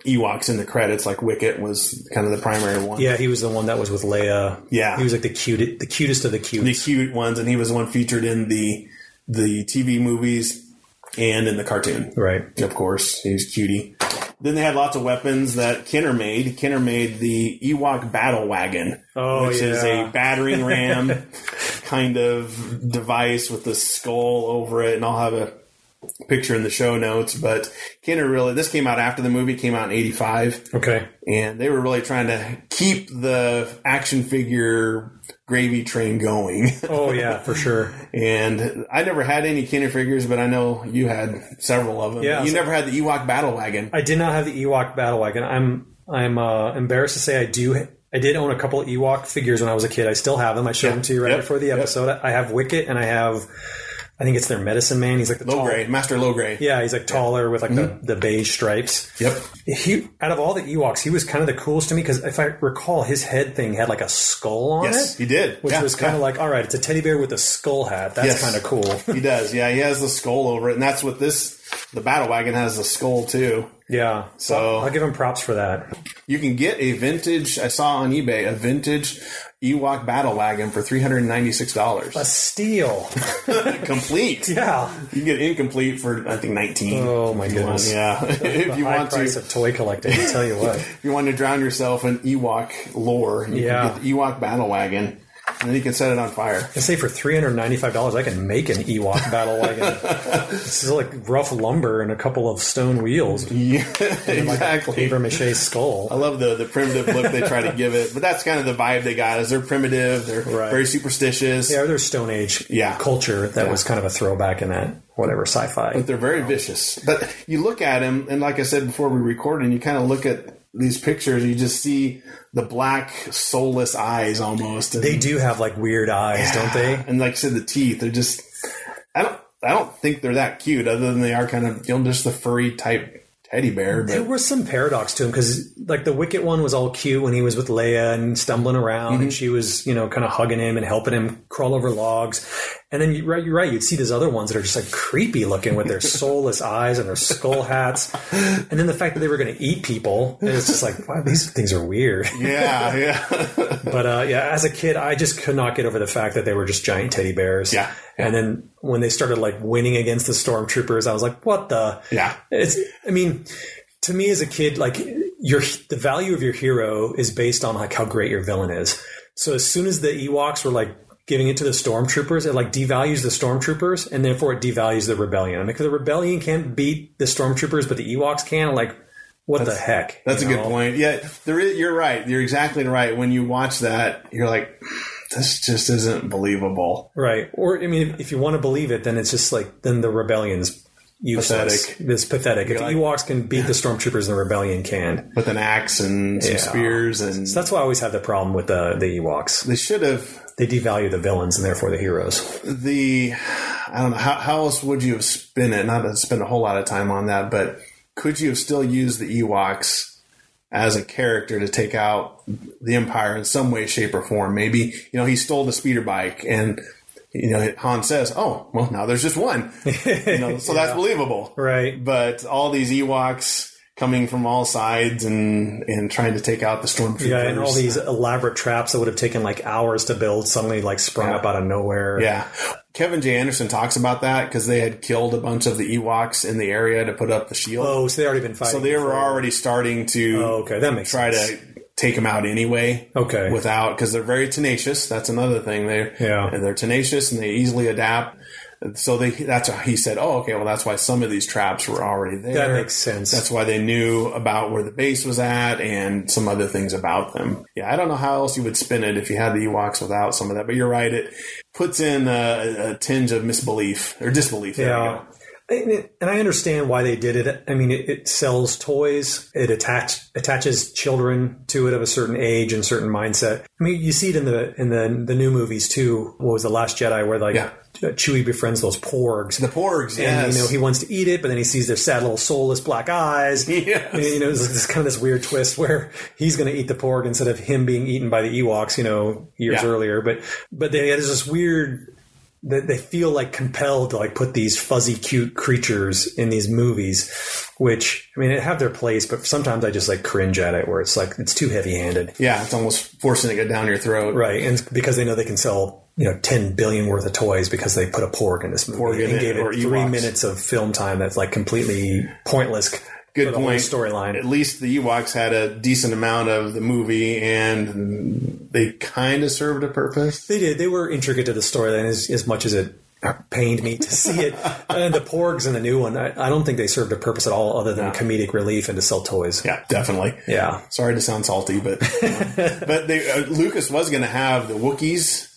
B: Ewoks in the credits. Like Wicket was kind of the primary one.
C: yeah, he was the one that was with Leia.
B: Yeah.
C: he was like the cute, the cutest of the cute.
B: the cute ones, and he was the one featured in the the TV movies and in the cartoon.
C: right.
B: Of course, he's cutie. Then they had lots of weapons that Kenner made. Kenner made the Ewok battle wagon,
C: Oh,
B: which is
C: yeah.
B: a battering ram kind of device with the skull over it, and I'll have a picture in the show notes. But Kenner really, this came out after the movie came out in '85
C: Okay.
B: and they were really trying to keep the action figure gravy train going.
C: Oh yeah, for sure.
B: and I never had any Kenner figures, but I know you had several of them.
C: Yeah.
B: you never had the Ewok battle wagon.
C: I did not have the Ewok battle wagon. I'm I'm uh, embarrassed to say I do. I did own a couple of Ewok figures when I was a kid. I still have them. I showed them to you right
B: Yep.
C: before the
B: Yep.
C: episode. I have Wicket and I have, I think it's their Medicine Man. He's like the
B: Low
C: tall.
B: grade, Master Low grade.
C: Yeah, he's like taller with like the, the beige stripes.
B: Yep.
C: He out of all the Ewoks, he was kind of the coolest to me because if I recall, his head thing had like a skull on
B: Yes,
C: it,
B: he did.
C: which
B: Yeah,
C: was kind
B: yeah.
C: of like all right, it's a teddy bear with a skull hat. That's
B: Yes.
C: kind of cool.
B: he does. Yeah, he has the skull over it, and that's what this the battle wagon has the skull too.
C: yeah, so
B: So-
C: I'll give him props for that.
B: You can get a vintage. I saw on eBay a vintage Ewok battle wagon for three hundred ninety six dollars,
C: A steal.
B: complete.
C: Yeah.
B: You can get incomplete for I think nineteen.
C: Oh my goodness.
B: Yeah, if you
C: High
B: want to,
C: price of toy collecting. I tell you what.
B: if you want to drown yourself in Ewok lore, you
C: Yeah.
B: can get the Ewok battle wagon. and then you can set it on fire.
C: I say for three hundred ninety-five dollars, I can make an Ewok battle wagon. this is like rough lumber and a couple of stone wheels, and
B: Yeah,
C: like a
B: exactly.
C: paper mache
B: I
C: skull.
B: love the the primitive look they try to give it, but that's kind of the vibe they got. Is they're primitive, they're
C: Right.
B: very superstitious,
C: Yeah, there's Stone Age
B: Yeah.
C: culture that was kind of a throwback in that whatever sci-fi.
B: but they're very vicious. But you look at them, and like I said before we recorded, and you kind of look at these pictures, you just see the black, soulless eyes almost. and-
C: They do have like weird eyes, don't they?
B: And like I said, the teeth they are just. I don't. I don't think they're that cute, other than they are kind of you know just the furry type teddy bear.
C: There
B: But
C: was some paradox to him because, like, the Wicket one was all cute when he was with Leia and stumbling around,
B: Mm-hmm.
C: and she was, you know, kind of hugging him and helping him crawl over logs. And then you're right, you're right. You'd see these other ones that are just like creepy looking with their soulless eyes and their skull hats, and then the fact that they were going to eat people. And it's just like, wow, these things are weird.
B: yeah, yeah.
C: But uh, yeah, as a kid, I just could not get over the fact that they were just giant teddy bears.
B: Yeah, yeah.
C: And then when they started like winning against the stormtroopers, I was like, what the?
B: Yeah.
C: It's. I mean, to me as a kid, like your the value of your hero is based on like how great your villain is. So as soon as the Ewoks were like giving it to the stormtroopers, it like devalues the stormtroopers, and therefore it devalues the rebellion. I mean, if the rebellion can't beat the stormtroopers, but the Ewoks can, like. What the heck?
B: That's
C: you
B: a
C: know?
B: good point. Yeah, there is, you're right. You're exactly right. When you watch that, you're like, this just isn't believable.
C: Right. Or I mean, if, if you want to believe it, then it's just like then the rebellion's useless.
B: Pathetic.
C: It's pathetic. If
B: like-
C: the Ewoks can beat the stormtroopers, the rebellion can.
B: With an axe and some
C: Yeah.
B: spears, and
C: So that's why I always have the problem with the the Ewoks.
B: they should have
C: They devalue the villains and therefore the heroes.
B: the. I don't know how, how else would you have spin it. Not to spend a whole lot of time on that, but could you have still used the Ewoks as a character to take out the Empire in some way, shape, or form? Maybe you know he stole the speeder bike and. You know, Han says, "Oh, well, now there's just one." You know, so that's believable,
C: Right.
B: but all these Ewoks coming from all sides and and trying to take out the stormtroopers.
C: Yeah, and all these elaborate traps that would have taken like hours to build suddenly like sprung up out of nowhere.
B: Yeah. Kevin J. Anderson talks about that because they had killed a bunch of the Ewoks in the area to put up the shield.
C: Oh, so they already been fighting.
B: so they were already starting to
C: Oh, okay, that makes
B: try
C: sense.
B: to take them out anyway.
C: Okay.
B: Without, because they're very tenacious. That's another thing. They
C: Yeah.
B: and they're tenacious and they easily adapt. So they that's how he said. Oh, okay. Well, that's why some of these traps were already there.
C: That makes sense.
B: That's why they knew about where the base was at and some other things about them. Yeah, I don't know how else you would spin it if you had the Ewoks without some of that, but you're right. It puts in a, a tinge of misbelief or disbelief. There you
C: Yeah.
B: go.
C: And and I understand why they did it. I mean, it, it sells toys. It attach, attaches children to it of a certain age and certain mindset. I mean, you see it in the in the the new movies too. What was the Last Jedi, where like
B: Yeah.
C: Chewie befriends those porgs,
B: The Porgs, yes.
C: and you know he wants to eat it, but then he sees their sad little soulless black eyes.
B: Yes.
C: And, you know, it's it's kind of this weird twist where he's going to eat the porg instead of him being eaten by the Ewoks, you know, years
B: Yeah.
C: earlier. But but they, there's this weird that they feel like compelled to like put these fuzzy cute creatures in these movies, which I mean, it have their place, but sometimes I just like cringe at it where it's like it's too heavy handed,
B: yeah, it's almost forcing it down your throat.
C: right? And it's because they know they can sell. You know, ten billion worth of toys because they put a porg in this movie
B: Porg in
C: and
B: it,
C: gave it
B: or
C: three
B: Ewoks.
C: minutes of film time that's like completely pointless.
B: Good
C: for the whole
B: point.
C: Storyline.
B: At least the Ewoks had a decent amount of the movie, and they kind of served a purpose.
C: They did. They were intricate to the storyline as, as much as it pained me to see it. and the Porgs in the new one, I, I don't think they served a purpose at all other than comedic relief and to sell toys.
B: Yeah, definitely.
C: Yeah.
B: Sorry to sound salty, but but they, uh, Lucas was going to have the Wookiees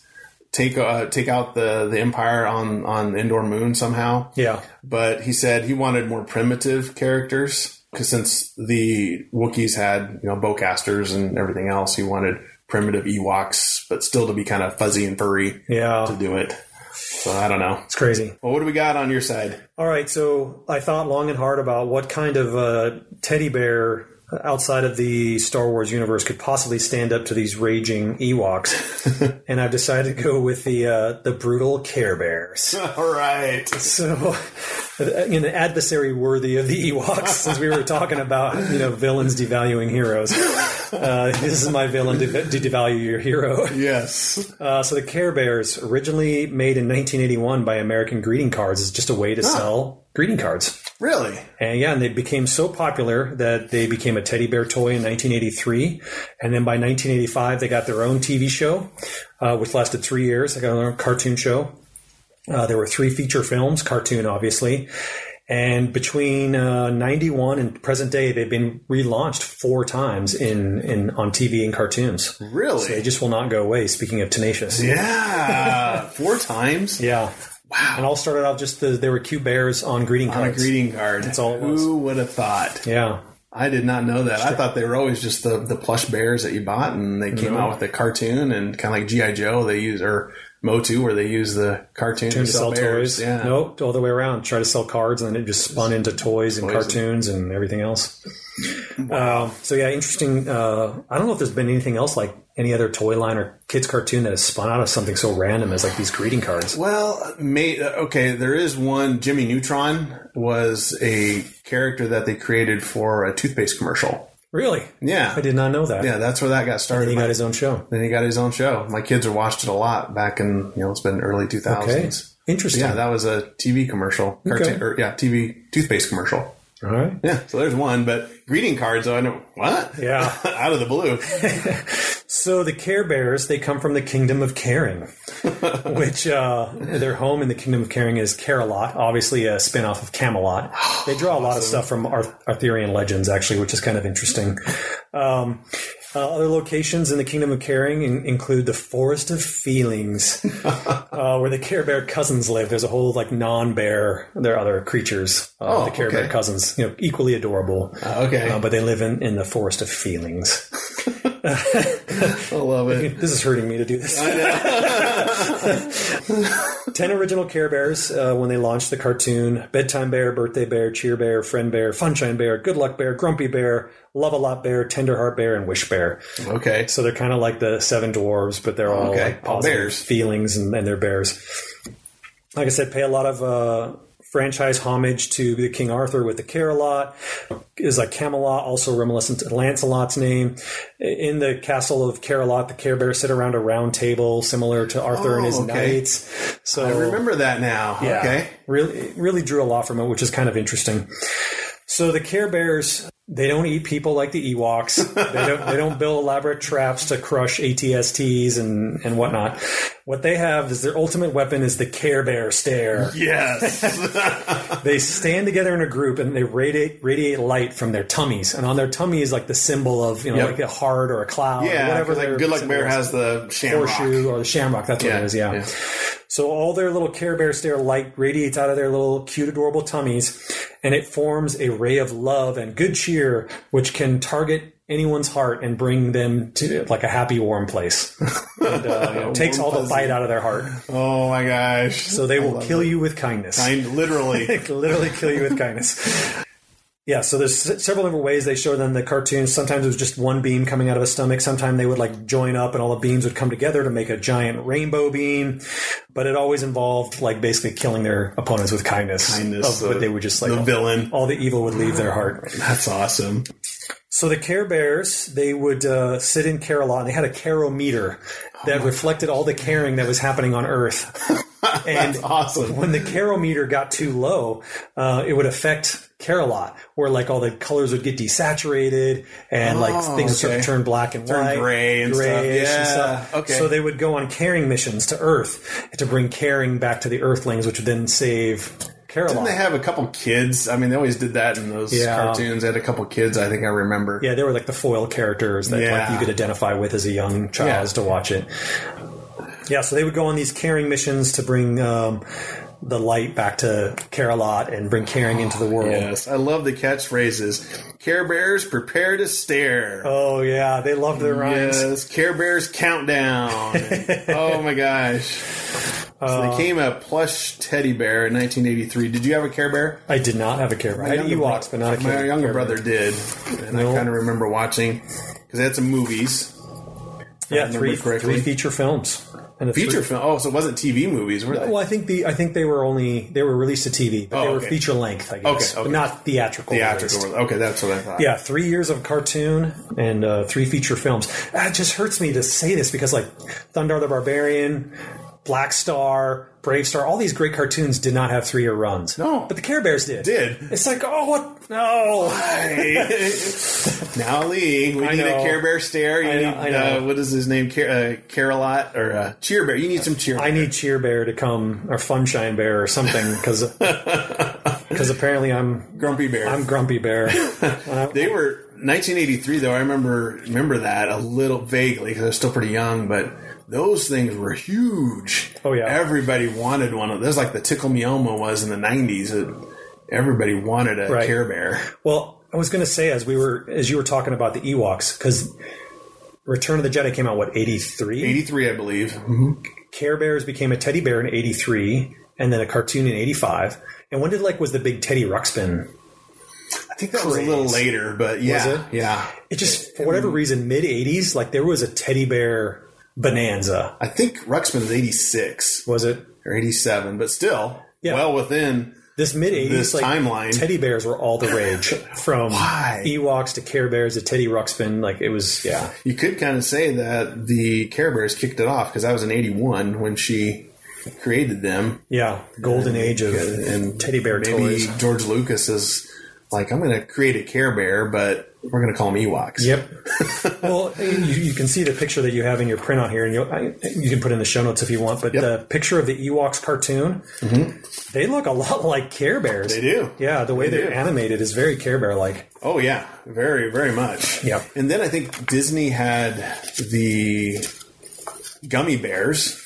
B: take uh, take out the the Empire on on the Indoor Moon somehow.
C: Yeah.
B: But he said he wanted more primitive characters because since the Wookiees had you know bowcasters and everything else, he wanted primitive Ewoks, but still to be kind of fuzzy and furry
C: Yeah.
B: to do it. So I don't know.
C: It's crazy.
B: Well, what do we got on your side?
C: All right. So I thought long and hard about what kind of uh, teddy bear outside of the Star Wars universe could possibly stand up to these raging Ewoks. and I've decided to go with the, uh, the brutal Care Bears.
B: All right.
C: So, an adversary worthy of the Ewoks, since we were talking about you know villains devaluing heroes. Uh, this is my villain to, to devalue your hero.
B: Yes.
C: Uh, so the Care Bears, originally made in 1981 by American Greeting Cards, is just a way to sell greeting cards.
B: Really?
C: And yeah, and they became so popular that they became a teddy bear toy in 1983. And then by 1985, they got their own TV show, uh, which lasted three years. They got their own cartoon show. Uh, there were three feature films, cartoon, obviously. And between uh, 91 and present day, they've been relaunched four times in, in on TV and cartoons.
B: Really?
C: They just will not go away. Speaking of tenacious.
B: yeah. Four times
C: Yeah. Wow. And all started out just the, there were cute bears on greeting
B: on a
C: cards.
B: greeting card.
C: That's all it was.
B: Who would have thought?
C: yeah.
B: I did not know that. I thought they were always just the, the plush bears that you bought, and they came out with a cartoon and kind of like GI Joe. They use or Motu where they use the cartoon to,
C: to sell,
B: bears.
C: toys.
B: Yeah.
C: Nope, all the way around. Try to sell cards, and then it just spun into toys and cartoons and everything else. Um, so yeah, interesting. Uh, I don't know if there's been anything else like any other toy line or kids cartoon that has spun out of something so random as like these greeting cards.
B: Well, may, uh, okay, there is one. Jimmy Neutron was a character that they created for a toothpaste commercial.
C: Really?
B: Yeah.
C: I did not know that.
B: Yeah, that's where that got started.
C: He
B: My-
C: got his own show.
B: then he got his own show. My kids watched it a lot back in, you know, it's been early 2000s.
C: Okay. Interesting.
B: Yeah, that was a TV commercial. Cartoon,
C: Okay.
B: or, yeah, TV toothpaste commercial.
C: All right.
B: Yeah, so there's one, but greeting cards, I know, what?
C: Yeah.
B: Out of the blue.
C: So the Care Bears, they come from the Kingdom of Caring, which uh, their home in the Kingdom of Caring is Carolot, obviously a spin-off of Camelot. They draw a lot of stuff from Ar- Arthurian legends, actually, which is kind of interesting. Um, uh, other locations in the Kingdom of Caring in- include the Forest of Feelings, uh, where the Care Bear cousins live. There's a whole like non-bear, there are other creatures, uh,
B: Oh,
C: the Care
B: okay.
C: Bear cousins, you know, equally adorable.
B: okay.
C: Uh, but they live in, in the Forest of Feelings.
B: I love it.
C: This is hurting me to do this. Ten original Care Bears uh, when they launched the cartoon: Bedtime Bear, Birthday Bear, Cheer Bear, Friend Bear, Funshine Bear, Good Luck Bear, Grumpy Bear, Love a Lot Bear, Tender Heart Bear, and Wish Bear.
B: Okay.
C: So they're kind of like the Seven Dwarves, but they're all
B: Okay.
C: like
B: All
C: positive
B: bears.
C: feelings, and, and they're bears. Like I said, pay a lot of. Uh, Franchise homage to the King Arthur with the Carolot is like Camelot, also reminiscent to Lancelot's name. In the castle of Carolot, the Care Bears sit around a round table similar to Arthur and his
B: Oh, okay.
C: knights. So
B: I remember that now.
C: yeah.
B: Okay.
C: Really, really drew a lot from it, which is kind of interesting. So the Care Bears, they don't eat people like the Ewoks. they don't. They don't build elaborate traps to crush ATSTs and and whatnot. What they have is their ultimate weapon is the Care Bear stare.
B: Yes.
C: They stand together in a group and they radiate radiate light from their tummies, and on their tummy is like the symbol of you know
B: Yep.
C: like a heart or a cloud, or
B: yeah,
C: whatever.
B: whatever. Like
C: their
B: Good Luck
C: symbol
B: Bear
C: is.
B: has the shamrock.
C: horseshoe or the shamrock. That's what
B: Yeah,
C: it is. Yeah.
B: yeah.
C: So all their little Care Bear stare light radiates out of their little cute, adorable tummies, and it forms a ray of love and good cheer, which can target anyone's heart and bring them to like a happy, warm place. And, uh, you know, takes all the bite out of their heart.
B: Oh my gosh.
C: So they will kill you with kindness.
B: I literally.
C: They can literally kill you with kindness. Yeah, so there's s- several different ways they showed them the cartoons. Sometimes it was just one beam coming out of a stomach. Sometimes they would like join up and all the beams would come together to make a giant rainbow beam. But it always involved like basically killing their opponents with kindness.
B: Kindness,
C: of, but
B: the-
C: they would just like
B: the villain.
C: All the evil would leave their heart.
B: That's awesome.
C: So the Care Bears, they would uh, sit in care a lot, and they had a carometer
B: Oh
C: that reflected all the caring that was happening on Earth. And
B: Awesome.
C: when the carometer got too low, uh, it would affect Carolot, where like all the colors would get desaturated and like
B: Oh,
C: things would sort of
B: okay.
C: turn black and white,
B: gray and stuff.
C: grayish
B: Yeah,
C: and stuff.
B: okay.
C: So they would go on caring missions to Earth to bring caring back to the Earthlings, which would then save Carolot.
B: Didn't they have a couple kids? I mean, they always did that in those
C: Yeah.
B: cartoons. They had a couple kids, I think I remember.
C: yeah, they were like the foil characters that like,
B: Yeah.
C: you could identify with as a young child
B: Yeah.
C: to watch it. Yeah, so they would go on these caring missions to bring um, the light back to Carolot and bring caring into the world.
B: Yes, I love the catchphrases. Care Bears, prepare to stare.
C: Oh yeah, they love their rhymes.
B: Yes, Care Bears countdown. oh my gosh! So
C: Uh,
B: they came a plush teddy bear in 1983. Did you have a Care Bear?
C: I did not have a Care Bear. I had
B: younger
C: Ewoks, but not a
B: My
C: Care
B: younger
C: Care
B: brother did, and I
C: No.
B: kind of remember watching because they had some movies.
C: Bear. Yeah,
B: remember
C: three
B: correctly.
C: three feature films. And it's
B: Feature film. Oh, so it wasn't TV movies, were they?
C: Well, I think the I think they were only they were released to TV, but
B: Oh,
C: they were
B: okay.
C: feature length, I guess,
B: Okay, okay.
C: but not theatrical.
B: Theatrical.
C: released.
B: Okay, that's what I thought.
C: Yeah, three years of cartoon and uh, three feature films. Ah, it just hurts me to say this because like Thunder the Barbarian, Black Star, Brave Star, all these great cartoons did not have three year runs.
B: No.
C: but the Care Bears did.
B: Did.
C: it's like oh what no.
B: now Lee, we need
C: know.
B: a Care Bear stare. You
C: I know,
B: need,
C: I know.
B: Uh, what is his name? Care, uh, Carolot or uh, Cheer Bear. You need some Cheer.
C: I need Cheer Bear to come or Funshine Bear or something because apparently I'm
B: Grumpy Bear.
C: I'm Grumpy Bear.
B: they were 1983 though. I remember remember that a little vaguely because I was still pretty young, but. Those things were huge.
C: Oh, yeah.
B: everybody wanted one of those. Like the Tickle Me Elmo was in the '90s. It- everybody wanted a
C: Right.
B: Care Bear.
C: Well, I was going to say as we were as you were talking about the Ewoks because Return of the Jedi came out what eighty three.
B: '83, I believe.
C: Care Bears became a teddy bear in eighty three, and then a cartoon in eighty five. And when did like was the big Teddy Ruxpin?
B: I think that was a little
C: Craze.
B: later, but yeah,
C: it?
B: yeah.
C: It just for whatever reason mid eighties like there was a teddy bear bonanza.
B: I think Ruxpin is '86
C: Was it
B: or '87, but still
C: Yeah.
B: well within
C: this mid
B: This
C: eighties like
B: timeline.
C: Teddy bears were all the rage from
B: Why?
C: Ewoks to Care Bears to Teddy Ruxpin. Like it was yeah.
B: You could kind of say that the Care Bears kicked it off because I was in '81 when she created them,
C: Yeah, golden age of
B: and
C: teddy bear
B: Maybe
C: toys.
B: George Lucas is like, I'm going to create a Care Bear, but we're going to call them Ewoks.
C: Yep. well, you, you can see the picture that you have in your printout here, and you I, you can put in the show notes if you want. But the picture of the Ewoks cartoon, they look a lot like Care Bears.
B: Mm-hmm. They do.
C: Yeah, the way
B: They
C: they are
B: do.
C: animated is very Care Bear like.
B: Oh yeah, very very much.
C: Yeah.
B: And then I think Disney had the gummy bears.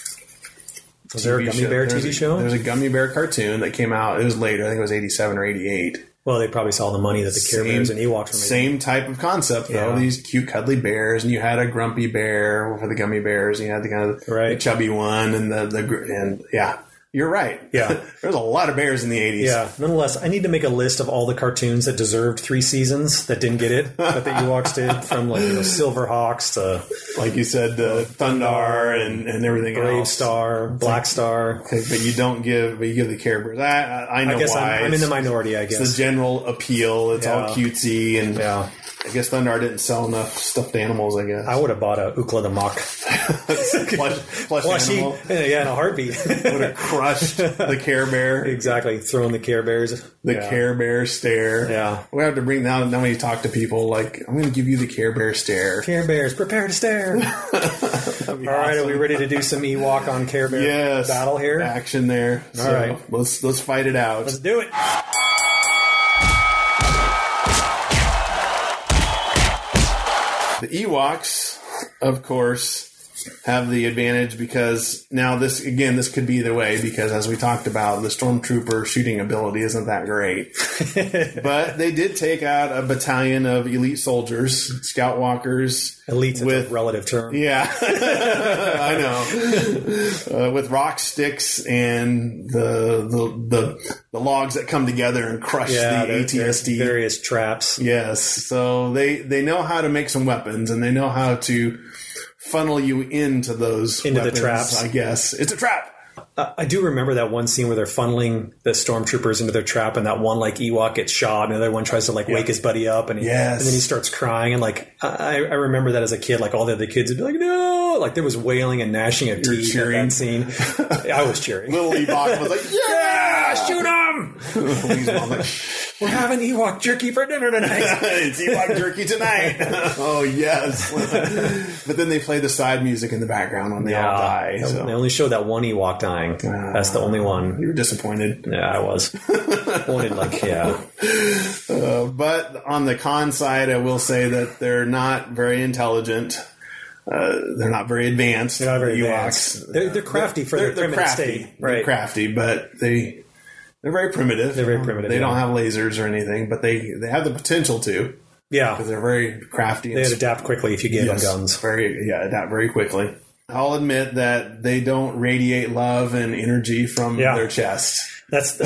C: Was there a
B: TV
C: gummy
B: show.
C: bear
B: There's
C: TV
B: a-
C: show?
B: There's a gummy bear cartoon that came out. It was later. I think it was 87 or 88.
C: well, they probably saw the money that the Care Bears and Ewoks were making.
B: Same type of concept though.
C: Yeah.
B: These cute cuddly bears, and you had a grumpy bear for the gummy bears. And you had the kind of
C: Right.
B: the chubby one, and the the gr- and yeah, you're right.
C: Yeah.
B: there was a lot of bears in the 80s.
C: Yeah. Nonetheless, I need to make a list of all the cartoons that deserved three seasons that didn't get it, but the Ewoks did, from like you know, Silverhawks to
B: like you said, the Thundar and and everything
C: Brave
B: else.
C: Star, Black Star.
B: But you don't give, but you give the Care Bears. I, I, I know
C: I guess
B: why.
C: I'm, I'm in the minority. I guess.
B: It's the general appeal. It's all
C: Yeah.
B: cutesy, and
C: Yeah.
B: I guess Thundar didn't sell enough stuffed animals. I guess
C: I would have bought a Ukla the Mock
B: plush, plush
C: plushie.
B: animal
C: Yeah, yeah, in a heartbeat.
B: would have crushed the Care Bear.
C: exactly. Throwing the Care Bears.
B: The
C: yeah.
B: Care Bear stare.
C: Yeah.
B: we have to bring now. Now when you talk to people, like I'm going to give you the Care Bear stare.
C: Care Bears, prepare to stare. All right, are we ready to do some Ewok on Care Bear
B: Yes,
C: battle here?
B: Action there. So
C: right.
B: let's let's fight it out.
C: Let's do it.
B: The Ewoks, of course, have the advantage because now this again this could be either way because as we talked about the stormtrooper shooting ability isn't that great. but they did take out a battalion of elite soldiers, scout walkers,
C: Elite with
B: with E
C: relative term.
B: yeah, I know. Uh, with rock sticks and the, the the the logs that come together and crush
C: Yeah,
B: the
C: there- there's
B: ATSD
C: various traps.
B: Yes. So they they know how to make some weapons and they know how to funnel you into those
C: Into the
B: weapons,
C: traps.
B: I guess it's a trap.
C: I- I do remember that one scene where they're funneling the stormtroopers into their trap, and that one like Ewok gets shot, and the other one tries to like wake his buddy up, and, he,
B: Yes.
C: and then he starts crying, and like I, I remember that as a kid, like all the other kids would be like, "No!" Like there was wailing and gnashing of teeth at
B: cheering.
C: that scene. I was cheering.
B: Little Ewok was like,
C: yeah,
B: "Yeah,
C: shoot him!
B: Please, Mom, like,
C: We're having Ewok jerky for dinner tonight.
B: it's Ewok jerky tonight." oh yes. but then they play the side music in the background when they all die. So Ah.
C: They only showed that one Ewok dying. That's the only one.
B: you were disappointed.
C: Yeah, I was. Wanted like yeah.
B: But on the con side, I will say that they're not very intelligent. Uh, they're not very advanced.
C: They're not very
B: Ewoks.
C: advanced. They're, they're crafty for
B: they're, they're
C: their primitive
B: crafty.
C: state.
B: They're crafty, but they they're very primitive. They're
C: very primitive,
B: They don't
C: yeah.
B: have lasers or anything, but they they have the potential to.
C: Yeah.
B: They're very crafty.
C: They'd
B: and
C: adapt quickly if you gave
B: yes,
C: them guns.
B: Very yeah, adapt very quickly. I'll admit that they don't radiate love and energy from
C: Yeah.
B: their chest.
C: That's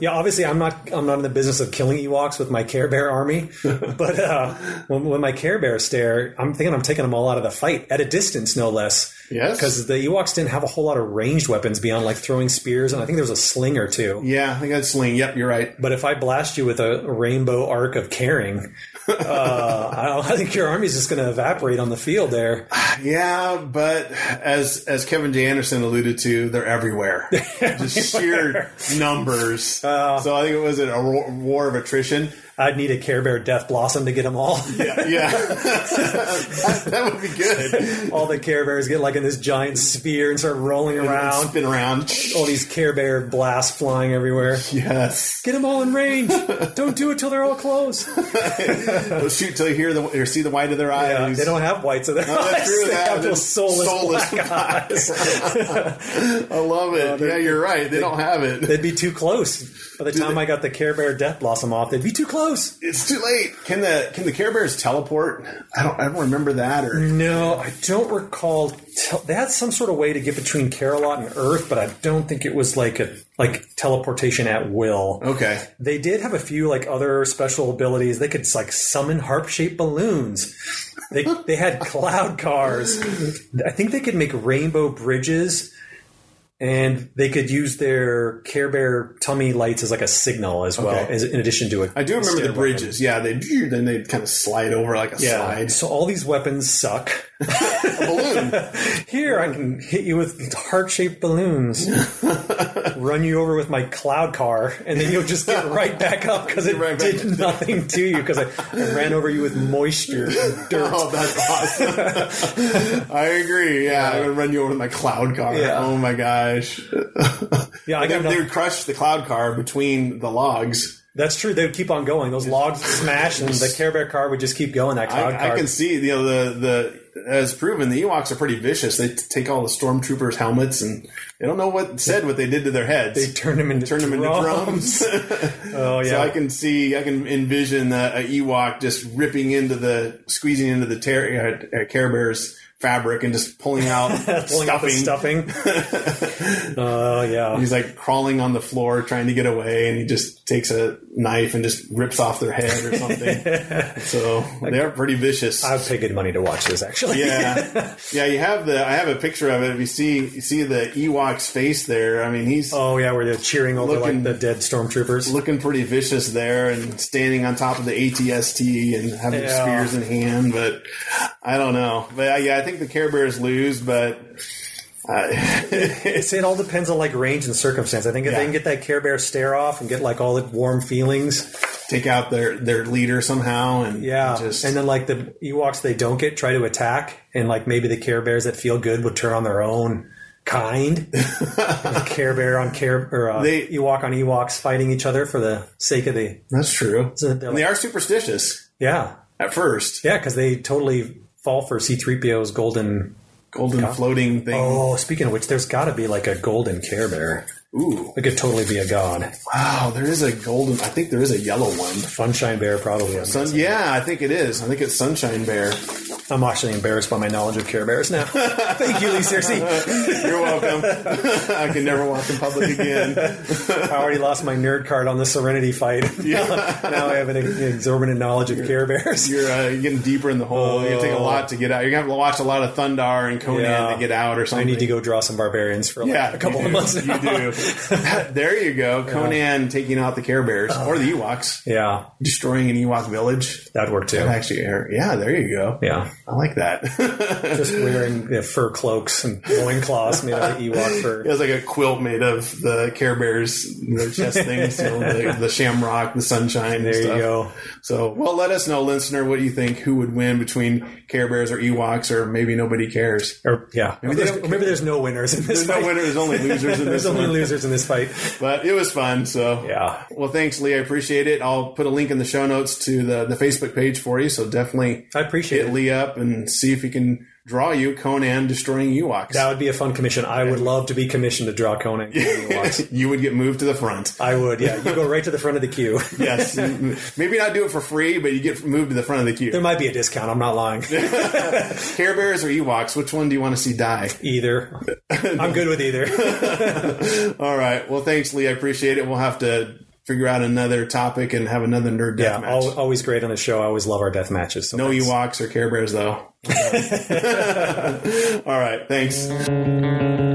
C: yeah. Obviously, I'm not I'm not in the business of killing Ewoks with my Care Bear army, but uh, when, when my Care Bears stare, I'm thinking I'm taking them all out of the fight at a distance, no less.
B: Yes.
C: because the Ewoks didn't have a whole lot of ranged weapons beyond like throwing spears, and I think there was a sling or two.
B: Yeah, I think that's Sling. Yep, you're right.
C: But if I blast you with a rainbow arc of caring, uh, I, don't, I think your army's just going to evaporate on the field there.
B: Yeah, but as as Kevin J. Anderson alluded to, they're everywhere. Just sheer numbers.
C: Uh.
B: so I think it was a ro- war of attrition.
C: I'd need a Care Bear Death Blossom to get them all.
B: Yeah, yeah. that, that would be good.
C: all the Care Bears get like in this giant sphere and start rolling around.
B: Spin around.
C: All these Care Bear blasts flying everywhere.
B: Yes.
C: Get them all in range. Don't do it till they're all close.
B: They'll shoot till you hear the or see the white of their eyes.
C: Yeah, they don't have whites in their
B: that's
C: eyes.
B: true.
C: They
B: That-
C: have those
B: that's
C: soulless,
B: soulless
C: black
B: black
C: eyes.
B: I love it. yeah, you're right. They, don't have it.
C: They'd be too close. By the time I got the Care Bear Death Blossom off, they'd be too close.
B: It's too late. Can the can the Care Bears teleport? I don't. I don't remember that. Or
C: No, I don't recall. Tel- they had some sort of way to get between Carolot and Earth, but I don't think it was like a like teleportation at will.
B: okay.
C: They did have a few like other special abilities. They could like summon harp shaped balloons. They they had cloud cars. I think they could make rainbow bridges, and they could use their Care Bear tummy lights as like a signal as well,
B: Okay.
C: as, in addition to it.
B: I do remember the bridges. Yeah, they then they kind of slide over like a slide.
C: So all these weapons suck.
B: A balloon.
C: Here I can hit you with heart shaped balloons, run you over with my cloud car, and then you'll just get right back up because it
B: Right back
C: did nothing to you because I, I ran over you with moisture and dirt.
B: Oh, that's awesome. I agree. Yeah, I'm gonna run you over with my cloud car.
C: Yeah.
B: Oh my gosh.
C: Yeah, I
B: they,
C: got
B: they
C: nothing-
B: would crush the cloud car between the logs.
C: That's true. They would keep on going. Those logs would smash, and the Care Bear car would just keep going. That cloud
B: I,
C: car.
B: I can see you know the the as proven the Ewoks are pretty vicious. They t- take all the stormtroopers' helmets and they don't know what said what they did to their heads.
C: they turn them into
B: turn them into drums.
C: Oh yeah.
B: So I can see, I can envision uh, a Ewok just ripping into the, squeezing into the ter- uh, uh, Care Bear's fabric and just pulling out
C: Pulling out the
B: stuffing.
C: stuffing. Oh yeah.
B: He's like crawling on the floor trying to get away, and he just takes a knife and just rips off their head or something. so they're pretty vicious.
C: I would pay good money to watch this actually.
B: yeah, yeah. You have the. I have a picture of it. If you see, you see the Ewok's face there. I mean, he's
C: Oh yeah, where they're cheering over
B: Looking-
C: like the dead stormtroopers.
B: looking pretty vicious there and standing on top of the ATST and having
C: Yeah.
B: spears in hand. But I don't know. But uh, yeah, I think the Care Bears lose, but. Uh,
C: It's, it all depends on like range and circumstance. I think if
B: Yeah.
C: they can get that Care Bear stare off and get like all the warm feelings,
B: take out their, their leader somehow, and
C: yeah,
B: just
C: and then like the Ewoks they don't get try to attack, and like maybe the Care Bears that feel good would turn on their own kind. And Care Bear on Care or uh,
B: They-
C: Ewok on Ewoks fighting each other for the sake of the
B: that's true.
C: So they're
B: and they are superstitious
C: yeah
B: at first.
C: yeah because they totally fall for C3PO's golden.
B: Golden floating thing.
C: Oh, speaking of which, there's got to be like a golden Care Bear.
B: Ooh,
C: It could totally be a god.
B: wow! There is a golden. I think there is a yellow one.
C: Funshine Bear probably.
B: Sun, yeah, I think it is. I think it's Sunshine Bear.
C: I'm actually embarrassed by my knowledge of Care Bears now. Thank you, Lee Searcy.
B: You're welcome. I can never walk in public again.
C: I already lost my nerd card on the Serenity fight. now, I have an exorbitant knowledge of Care Bears.
B: you're uh, you're getting deeper in the hole. You're gonna take a
C: Oh.
B: lot to get out. You're gonna have to watch a lot of Thundar and Conan
C: Yeah.
B: to get out or something.
C: I need to go draw some barbarians for like
B: Yeah,
C: a couple
B: you do.
C: of months now.
B: You do. there you go. Conan taking out the Care Bears or the Ewoks,
C: Yeah,
B: destroying an Ewok village.
C: that'd work too.
B: Actually, er, yeah, there you go.
C: Yeah,
B: I like that.
C: just wearing yeah, fur cloaks and loincloths made out of Ewok fur.
B: it was like a quilt made of the Care Bears, their chest things, you know, the, the shamrock, the sunshine.
C: There you go.
B: So, well, let us know, listener, what you think. Who would win between Care Bears or Ewoks, or maybe nobody cares.
C: Or yeah, maybe there's, maybe there's no winners in this.
B: There's no
C: fight.
B: winners, only losers in
C: There's
B: this
C: only
B: one.
C: losers in this fight.
B: But it was fun. So
C: Yeah.
B: Well, thanks, Lee. I appreciate it. I'll put a link in the show notes to the the Facebook page for you. So definitely
C: I appreciate
B: hit
C: it.
B: Lee up and see if you can draw you Conan destroying Ewoks.
C: That would be a fun commission. I would love to be commissioned to draw Conan. and Ewoks.
B: you would get moved to the front.
C: I would, yeah. You go right to the front of the queue.
B: Yes, maybe not do it for free, but you get moved to the front of the
C: There
B: queue.
C: might be a discount. I'm not lying.
B: Care Bears or Ewoks, which one do you want to see die?
C: Either. I'm good with either.
B: All right. Well, thanks, Lee. I appreciate it. We'll have to figure out another topic and have another nerd death
C: Yeah,
B: match.
C: al- always great on the show. I always love our death matches. So
B: no
C: thanks.
B: Ewoks or Care Bears, though. All right. Thanks.